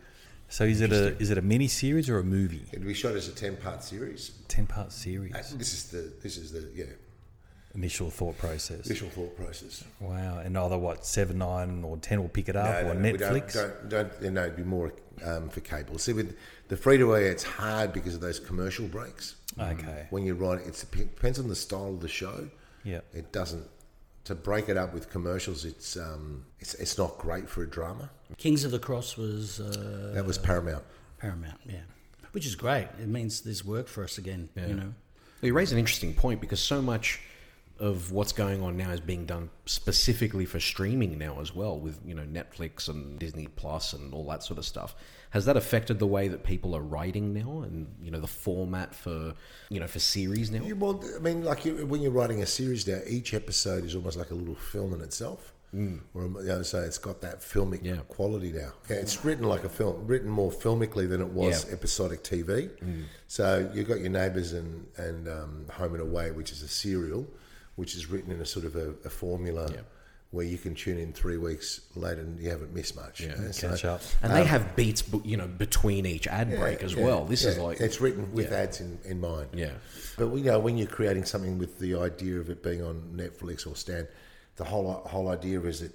Speaker 3: So is it a is it a mini series or a movie?
Speaker 4: It'll be shot as a ten-part series.
Speaker 3: Ten part series.
Speaker 4: Uh, This is the this is the yeah
Speaker 3: Initial thought process.
Speaker 4: visual thought process.
Speaker 3: Wow. And either what, seven, nine or ten will pick it up or
Speaker 4: we
Speaker 3: Netflix.
Speaker 4: Don't, don't, don't, no, it'd be more um, for cable. See, with the free to air, it's hard because of those commercial breaks.
Speaker 3: Okay.
Speaker 4: When you write, it depends on the style of the show.
Speaker 3: Yeah.
Speaker 4: It doesn't. To break it up with commercials, it's um, it's, it's not great for a drama.
Speaker 5: Kings of the Cross was uh,
Speaker 4: That was Paramount.
Speaker 5: Paramount, yeah, which is great. It means there's work for us again. You know,
Speaker 1: You raise an interesting point because so much of what's going on now is being done specifically for streaming now as well with you know Netflix and Disney Plus and all that sort of stuff. Has that affected the way that people are writing now and you know the format for you know for series now?
Speaker 4: You, well, I mean, like you, when you're writing a series now, each episode is almost like a little film in itself. Mm. Or, you know, so it's got that filmic
Speaker 1: Yeah.
Speaker 4: quality now. Yeah, it's written like a film, written more filmically than it was
Speaker 1: Yeah. Mm.
Speaker 4: episodic TV. So you've got your neighbours and and um, Home and Away, which is a serial, which is written in a sort of a, a formula. Where you can tune in three weeks later and you haven't missed much. Yeah,
Speaker 3: Catch up.
Speaker 1: And
Speaker 4: Um,
Speaker 1: they have beats, bu- you know, between each ad break as well. This is like
Speaker 4: it's written with ads in, in mind.
Speaker 1: Yeah.
Speaker 4: But we know when you're creating something with the idea of it being on Netflix or Stan, the whole whole idea is that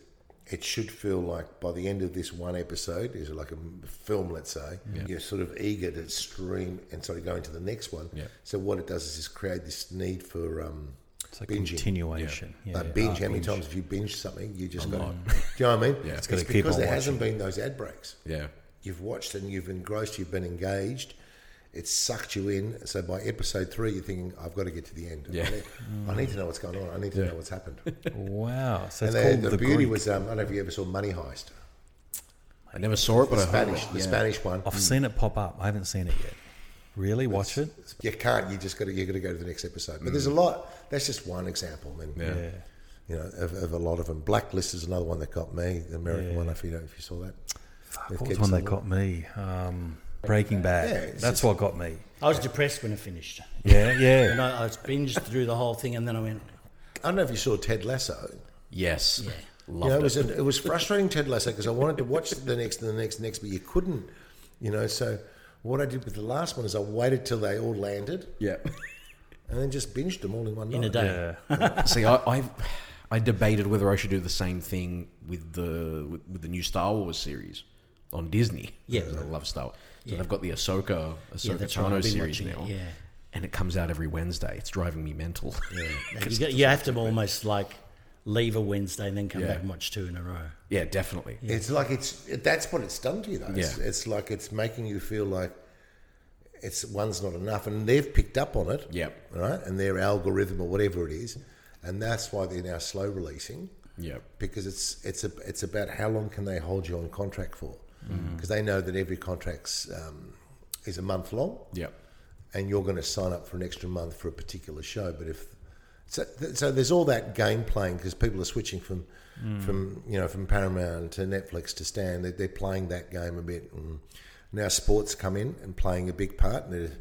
Speaker 4: it should feel like by the end of this one episode, is like a m- film, let's say, you're sort of eager to stream and sort of go into the next one.
Speaker 1: Yeah.
Speaker 4: So what it does is just create this need for um,
Speaker 3: It's like
Speaker 4: binging.
Speaker 3: continuation. Yeah.
Speaker 4: like binge,
Speaker 3: Ah,
Speaker 4: how many times have you binged something? You just got to, do you know what I mean?
Speaker 1: Yeah.
Speaker 4: It's,
Speaker 1: It's
Speaker 3: gotta keep
Speaker 4: because
Speaker 3: on
Speaker 4: there hasn't been those ad breaks
Speaker 1: yeah,
Speaker 4: you've watched and you've engrossed, you've been engaged. It's sucked you in. So by episode three, you're thinking, I've got to get to the end.
Speaker 1: Yeah.
Speaker 4: I, need, I need to know what's going on. I need to know what's happened.
Speaker 3: Wow. So
Speaker 4: and
Speaker 3: it's
Speaker 4: they-
Speaker 3: called
Speaker 4: the,
Speaker 3: the,
Speaker 4: beauty
Speaker 3: Greek.
Speaker 4: was, um, I don't know if you ever saw Money Heist.
Speaker 1: I never saw it, but I heard
Speaker 4: Spanish,
Speaker 1: it.
Speaker 4: the
Speaker 1: Yeah.
Speaker 4: Spanish one.
Speaker 3: I've seen it pop up. I haven't seen it yet. Really, watch it.
Speaker 4: You can't. You just got to. You got to go to the next episode. But there's a lot. That's just one example. I mean,
Speaker 3: Mm. Yeah.
Speaker 4: you know, of, of a lot of them. Blacklist is another one that got me. The American
Speaker 3: Yeah.
Speaker 4: one. If you know, if you saw that. It
Speaker 3: Fuck, what was
Speaker 4: keeps
Speaker 3: one
Speaker 4: a
Speaker 3: that
Speaker 4: lot.
Speaker 3: got me? Um, Breaking Bad.
Speaker 4: Yeah, it's
Speaker 3: That's
Speaker 4: just-
Speaker 3: what got me.
Speaker 5: I was depressed when I finished.
Speaker 3: Yeah, yeah.
Speaker 5: And I, I binged through the whole thing, and then I went,
Speaker 4: I don't know if you saw Ted Lasso.
Speaker 1: Yes.
Speaker 4: You
Speaker 1: Loved
Speaker 4: know, it
Speaker 1: it.
Speaker 4: was it was frustrating Ted Lasso because I wanted to watch the next and the next and next, but you couldn't. You know, so what I did with the last one is I waited till they all landed
Speaker 1: Yeah.
Speaker 4: and then just binged them all in one
Speaker 5: in a
Speaker 4: night.
Speaker 5: day.
Speaker 3: yeah.
Speaker 1: See, I, I I debated whether I should do the same thing with the with, with the new Star Wars series on Disney.
Speaker 5: Yeah.
Speaker 1: Because I love Star. Wars. So
Speaker 5: Yeah.
Speaker 1: they've got the Ahsoka
Speaker 5: Yeah,
Speaker 1: Ahsoka
Speaker 5: that's right,
Speaker 1: Tano
Speaker 5: I've been
Speaker 1: series
Speaker 5: watching it,
Speaker 1: now.
Speaker 5: yeah.
Speaker 1: And it comes out every Wednesday. It's driving me mental.
Speaker 5: And You, get, you have to almost like leave a Wednesday and then come
Speaker 1: Yeah.
Speaker 5: back and watch two in a row.
Speaker 1: yeah, definitely.
Speaker 4: It's like it's it- that's what it's done to you though. It's,
Speaker 1: Yeah.
Speaker 4: it's like it's making you feel like it's one's not enough, and they've picked up on it.
Speaker 1: Yep.
Speaker 4: Right, and their algorithm or whatever it is, and that's why they're now slow releasing
Speaker 1: Yeah.
Speaker 4: because it's it's a, it's about how long can they hold you on contract for? Because they know that every contract's um, is a month long,
Speaker 1: Yeah.
Speaker 4: and you're going to sign up for an extra month for a particular show. But if so, th- so there's all that game playing because people are switching from
Speaker 1: Mm.
Speaker 4: from you know from Paramount to Netflix to Stan. They're, they're playing that game a bit. And now sports come in and playing a big part. And they've,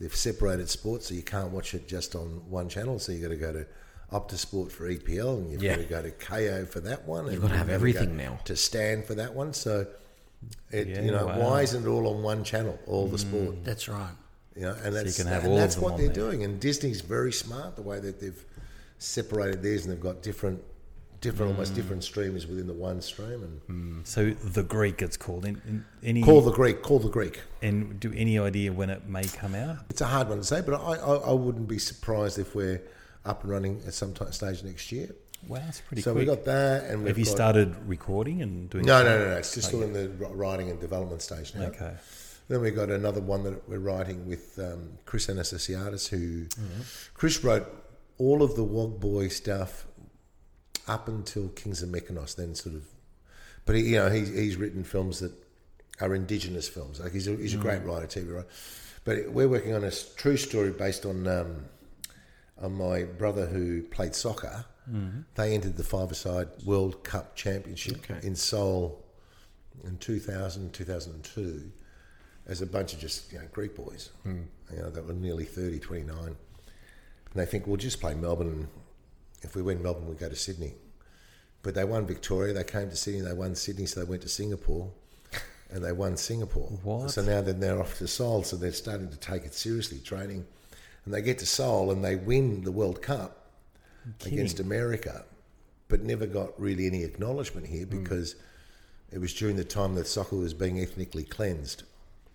Speaker 4: they've separated sports, so you can't watch it just on one channel. So you got to go to Opta Sport for EPL, and you've
Speaker 1: Yeah.
Speaker 4: got to go to KO for that one. You've
Speaker 1: gotta have everything now.
Speaker 4: to Stan for that one. So. It,
Speaker 3: Yeah,
Speaker 4: you know
Speaker 3: wow.
Speaker 4: why isn't it all on one channel all
Speaker 1: Mm.
Speaker 4: the sport
Speaker 5: That's right.
Speaker 4: you know, and that's,
Speaker 3: can have
Speaker 4: and
Speaker 3: all of
Speaker 4: that's
Speaker 3: them
Speaker 4: what
Speaker 3: on
Speaker 4: they're
Speaker 3: there.
Speaker 4: doing. And Disney's very smart the way that they've separated theirs and they've got different, different,
Speaker 3: Mm.
Speaker 4: almost different streamers within the one stream. And
Speaker 3: So the Greek, it's called. In, in, any
Speaker 4: um, call the Greek, call the Greek.
Speaker 3: and do any idea when it may come out?
Speaker 4: It's a hard one to say, but I, I, I wouldn't be surprised if we're up and running at some ti- stage next year.
Speaker 3: Wow, that's pretty.
Speaker 4: so
Speaker 3: quick.
Speaker 4: we got that, and we've
Speaker 3: Have you
Speaker 4: got-
Speaker 3: started recording and doing?
Speaker 4: No, no, no, no. It's just all in the wri- writing and development stage now.
Speaker 3: Okay.
Speaker 4: Then we got another one that we're writing with um, Chris Anastasiadis, who Chris wrote all of the Wog Boy stuff up until Kings of Mykonos. Then sort of, but he, you know, he's he's written films that are indigenous films. Like he's a, he's a great writer, TV writer. But we're working on a s- true story based on um, on my brother who played soccer. They entered the five-a-side World Cup Championship in Seoul in 2000, 2002 as a bunch of just you know, Greek boys, you know, that were nearly 30, 29. And they think, we'll just play Melbourne. And if we win Melbourne, we go to Sydney. But they won Victoria, they came to Sydney, they won Sydney, so they went to Singapore, and they won Singapore.
Speaker 3: What?
Speaker 4: So now then they're off to Seoul, so they're starting to take it seriously, training. And they get to Seoul and they win the World Cup against America, but never got really any acknowledgement here because it was during the time that soccer was being ethnically cleansed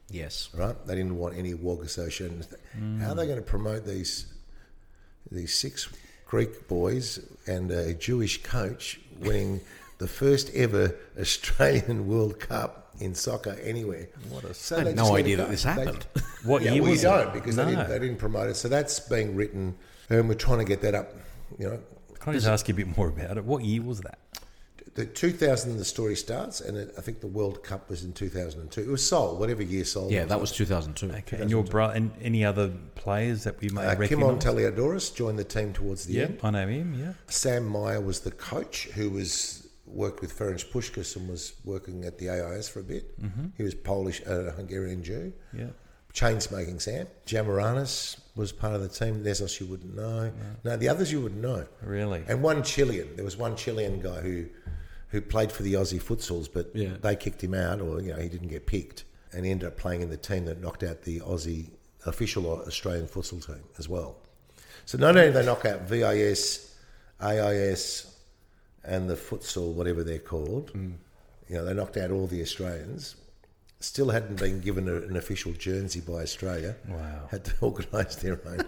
Speaker 1: Yes.
Speaker 4: right? They didn't want any WOG associations. How are they going to promote these these six Greek boys and a Jewish coach winning the first ever Australian World Cup in soccer anywhere? What a so
Speaker 1: I had
Speaker 4: they
Speaker 1: no
Speaker 4: just let
Speaker 1: idea
Speaker 4: it
Speaker 1: that
Speaker 4: go.
Speaker 1: this
Speaker 4: They-
Speaker 1: happened.
Speaker 3: What
Speaker 4: yeah,
Speaker 3: year
Speaker 4: we
Speaker 3: was
Speaker 4: don't
Speaker 3: it?
Speaker 4: because
Speaker 3: no.
Speaker 4: they, didn't, they didn't promote it. So that's being written, and we're trying to get that up. You know,
Speaker 3: Can I just ask you a bit more about it? What year was that?
Speaker 4: the 2000 the story starts, and it, I think the World Cup was in 2002. It was Seoul, whatever year Seoul.
Speaker 1: Yeah,
Speaker 4: was.
Speaker 1: that was 2002.
Speaker 3: Okay. And your brother and any other players that we may
Speaker 4: Uh, Kimon
Speaker 3: recognize?
Speaker 4: Taliadoris joined the team towards the
Speaker 3: yeah,
Speaker 4: end.
Speaker 3: I know him. Yeah.
Speaker 4: Sam Meyer was the coach who was worked with Ferenc Puskas and was working at the AIS for a bit. Mm-hmm. He was Polish, uh, Hungarian Jew.
Speaker 3: Yeah.
Speaker 4: Chainsmoking Sam. Jamaranis was part of the team. Nesos you wouldn't know. No, the others you wouldn't know.
Speaker 3: Really?
Speaker 4: And one Chilean. There was one Chilean guy who who played for the Aussie futsals, but
Speaker 1: Yeah.
Speaker 4: they kicked him out, or you know he didn't get picked, and he ended up playing in the team that knocked out the Aussie official Australian futsal team as well. So not only did they knock out VIS, AIS, and the futsal, whatever they're called,
Speaker 3: Mm.
Speaker 4: you know they knocked out all the Australians. Still hadn't been given a, an official jersey by Australia.
Speaker 3: Wow.
Speaker 4: Had to organise their own,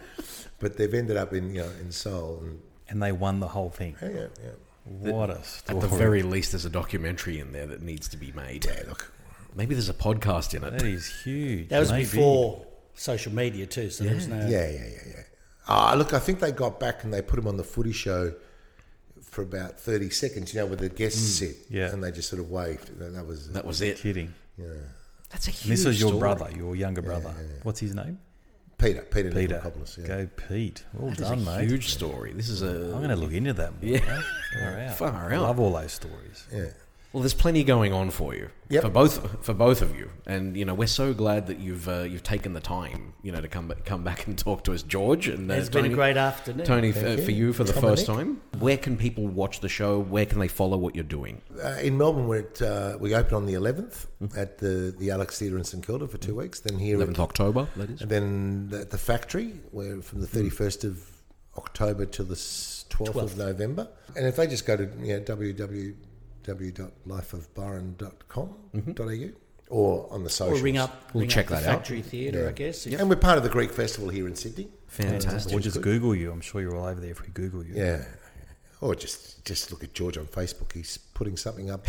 Speaker 4: but they've ended up in you know in Seoul and
Speaker 3: And they won the whole thing.
Speaker 4: yeah, yeah, yeah.
Speaker 3: What a story!
Speaker 1: At the very least, there's a documentary in there that needs to be made.
Speaker 4: Yeah, look,
Speaker 1: Maybe there's a podcast in it.
Speaker 3: that is huge.
Speaker 5: That was
Speaker 3: Maybe.
Speaker 5: before social media too, so there was no.
Speaker 4: yeah, yeah, yeah, yeah. Ah, look, I think they got back and they put him on the footy show for about 30 seconds, you know, where the guests sit.
Speaker 3: yeah.
Speaker 4: And they just sort of waved. And that was,
Speaker 1: That was it.
Speaker 3: Kidding.
Speaker 4: yeah.
Speaker 1: That's a
Speaker 3: And
Speaker 1: huge
Speaker 3: this is your
Speaker 1: story.
Speaker 3: brother, your younger brother. What's his name?
Speaker 4: Peter, Peter,
Speaker 3: Peter.
Speaker 4: Nikolakopoulos. Yeah.
Speaker 3: Go, Pete. Well
Speaker 1: That is
Speaker 3: done,
Speaker 1: a
Speaker 3: mate.
Speaker 1: huge story. This is a.
Speaker 3: I'm going to look into that. More,
Speaker 1: Yeah.
Speaker 3: mate. Far out.
Speaker 1: Far
Speaker 3: Oh, I
Speaker 1: out.
Speaker 3: love all those stories.
Speaker 4: Yeah.
Speaker 1: Well, there's plenty going on for you,
Speaker 4: Yep.
Speaker 1: for both for both of you, and you know we're so glad that you've uh, you've taken the time, you know, to come ba- come back and talk to us, George. And uh,
Speaker 5: It's been a
Speaker 1: Tony-
Speaker 5: great afternoon.
Speaker 1: Tony, f-
Speaker 4: Thank
Speaker 1: uh,
Speaker 4: you.
Speaker 1: for you for the
Speaker 4: Dominic.
Speaker 1: first time. Where can people watch the show? Where can they follow what you're doing?
Speaker 4: Uh, in Melbourne, we're at, uh, we open on the 11th at the, the Alex Theatre in St Kilda for two weeks. Then here, at,
Speaker 1: 11th October, that is.
Speaker 4: and then at the Factory, where from the 31st of October to the s- 12th, of November. And if they just go to yeah, www.lifeofbyron.com.au or on the
Speaker 5: Mm-hmm. Or
Speaker 4: socials.
Speaker 5: ring up.
Speaker 1: We'll
Speaker 5: ring
Speaker 1: check
Speaker 5: up the
Speaker 1: that out.
Speaker 5: Factory Theatre, I guess.
Speaker 4: And we're part of the Greek Festival here in Sydney.
Speaker 1: Fantastic.
Speaker 3: Or just Google you. I'm sure you're all over there if we Google you.
Speaker 4: Yeah. Or just just look at George on Facebook. He's putting something up.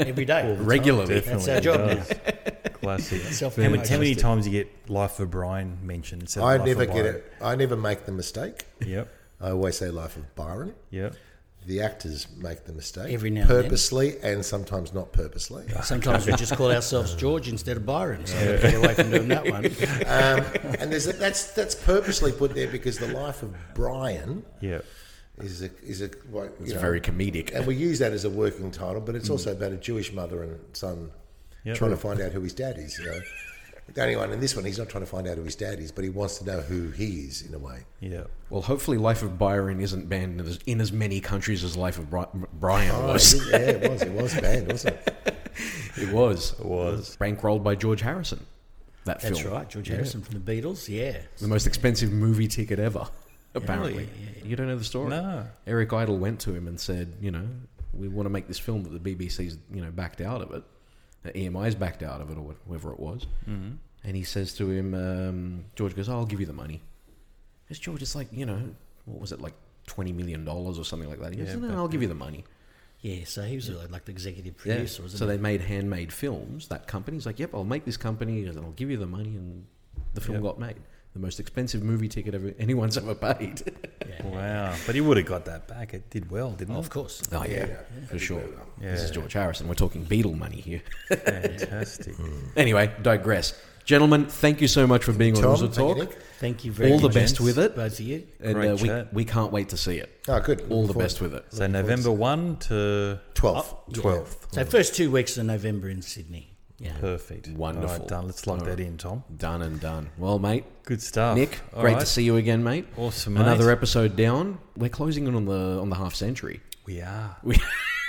Speaker 5: Every day.
Speaker 1: Regularly.
Speaker 5: That's
Speaker 3: Definitely
Speaker 5: our job
Speaker 3: does. Classic. How many, how many times you get Life of Brian mentioned? instead of
Speaker 4: I
Speaker 3: Life
Speaker 4: never
Speaker 3: of
Speaker 4: get
Speaker 3: Byron?
Speaker 4: it. I never make the mistake.
Speaker 3: Yep.
Speaker 4: I always say Life of Byron.
Speaker 3: Yep.
Speaker 4: The actors make the mistake
Speaker 5: Every now and then.
Speaker 4: purposely and, sometimes not purposely.
Speaker 5: Sometimes we just call ourselves George instead of Byron. So we get away from doing that one.
Speaker 4: um, and there's a, that's that's purposely put there because the life of Brian
Speaker 3: Yep.
Speaker 4: is a is a well, you
Speaker 1: It's
Speaker 4: know,
Speaker 1: very Mm. comedic.
Speaker 4: and we use that as a working title, but it's also about a Jewish mother and son
Speaker 3: Yep.
Speaker 4: trying to find out who his dad is. You know, the only one in this one, he's not trying to find out who his dad is, but he wants to know who he is in a way.
Speaker 3: Yep.
Speaker 1: Well, hopefully, Life of Byron isn't banned in as, in as many countries as Life of Bri- Brian
Speaker 4: Oh,
Speaker 1: was.
Speaker 4: yeah, it was. It was banned, wasn't it?
Speaker 1: It was. It
Speaker 3: was.
Speaker 1: Bankrolled by George Harrison, that
Speaker 5: That's
Speaker 1: film.
Speaker 5: right. George Harrison from the Beatles. Yeah.
Speaker 1: The most expensive movie ticket ever, apparently. You don't know the story?
Speaker 3: No.
Speaker 1: Eric Idle went to him and said, you know, we want to make this film that the BBC's, you know, backed out of it. Uh, EMI's backed out of it or whatever it was. Mm-hmm. And he says to him, um, George goes, I'll give you the money. Because George is like, you know, what was it, like $20 million or something like that? He goes,
Speaker 3: Yeah,
Speaker 1: no,
Speaker 3: back
Speaker 1: no, I'll give you the money.
Speaker 5: Yeah. So he was uh, like the executive
Speaker 1: Yeah.
Speaker 5: producer, wasn't
Speaker 1: so
Speaker 5: he?
Speaker 1: they made handmade films. That company's like, yep, I'll make this company and I'll give you the money, and the film
Speaker 3: Yep.
Speaker 1: got made. The most expensive movie ticket ever anyone's ever paid.
Speaker 3: Wow. But he would have got that back. It did well, didn't
Speaker 5: Of
Speaker 3: it?
Speaker 5: course.
Speaker 1: oh yeah, for sure. This is
Speaker 3: Yeah.
Speaker 1: George Harrison. We're talking Beatle money here.
Speaker 3: Fantastic.
Speaker 1: anyway, digress. Gentlemen, thank you so much for being on
Speaker 4: Tom,
Speaker 1: Uzzle
Speaker 4: thank you,
Speaker 1: Talk.
Speaker 4: Nick.
Speaker 5: Thank you very
Speaker 1: All
Speaker 5: much.
Speaker 1: the best with it.
Speaker 5: Both of you.
Speaker 1: And
Speaker 3: Great
Speaker 1: uh, we,
Speaker 3: chat.
Speaker 1: we can't wait to see it.
Speaker 4: Oh, good.
Speaker 1: All
Speaker 4: Looking
Speaker 1: the
Speaker 4: forward.
Speaker 1: best with it.
Speaker 3: So November 1 to
Speaker 4: 12th.
Speaker 3: Oh, 12th.
Speaker 5: So first two weeks of November in Sydney. Yeah.
Speaker 3: Perfect. All
Speaker 1: Wonderful.
Speaker 3: right, done. Let's lock
Speaker 1: All
Speaker 3: that
Speaker 1: right.
Speaker 3: in, Tom.
Speaker 1: Done and done. Well, mate,
Speaker 3: Good stuff.
Speaker 1: Nick,
Speaker 3: Ah, All
Speaker 1: great
Speaker 3: right.
Speaker 1: to see you again, mate.
Speaker 3: Awesome, mate.
Speaker 1: Another episode down. We're closing in on the on the half century.
Speaker 3: We are.
Speaker 1: We,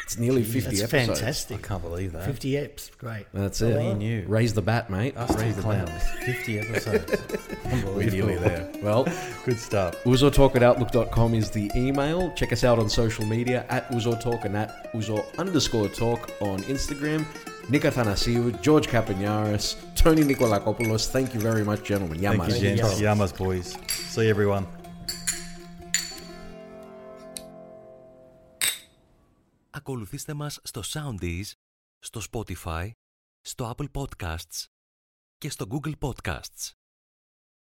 Speaker 1: it's nearly 50
Speaker 5: That's
Speaker 1: episodes.
Speaker 3: I
Speaker 5: fantastic.
Speaker 3: can't believe that. 50
Speaker 5: Fifty eps. Great.
Speaker 1: That's it.
Speaker 3: he knew.
Speaker 1: Raise the bat, mate.
Speaker 3: Us two
Speaker 1: Raise the bat.
Speaker 3: clowns. 50 episodes.
Speaker 1: We're nearly there. Well,
Speaker 3: Good stuff.
Speaker 1: uzortalk@outlook.com is the email. Check us out on social media at uzortalk and at uzor underscore talk on Instagram. Nick Athanasiou, George Kapanaris, Tony Nikolakopoulos. Thank you very much, gentlemen. Yamas.
Speaker 3: Thank you, gents. Yamas, boys. See you, everyone.
Speaker 6: Ακολουθήστε μας στο Soundees, στο Spotify, στο Apple Podcasts και στο Google Podcasts.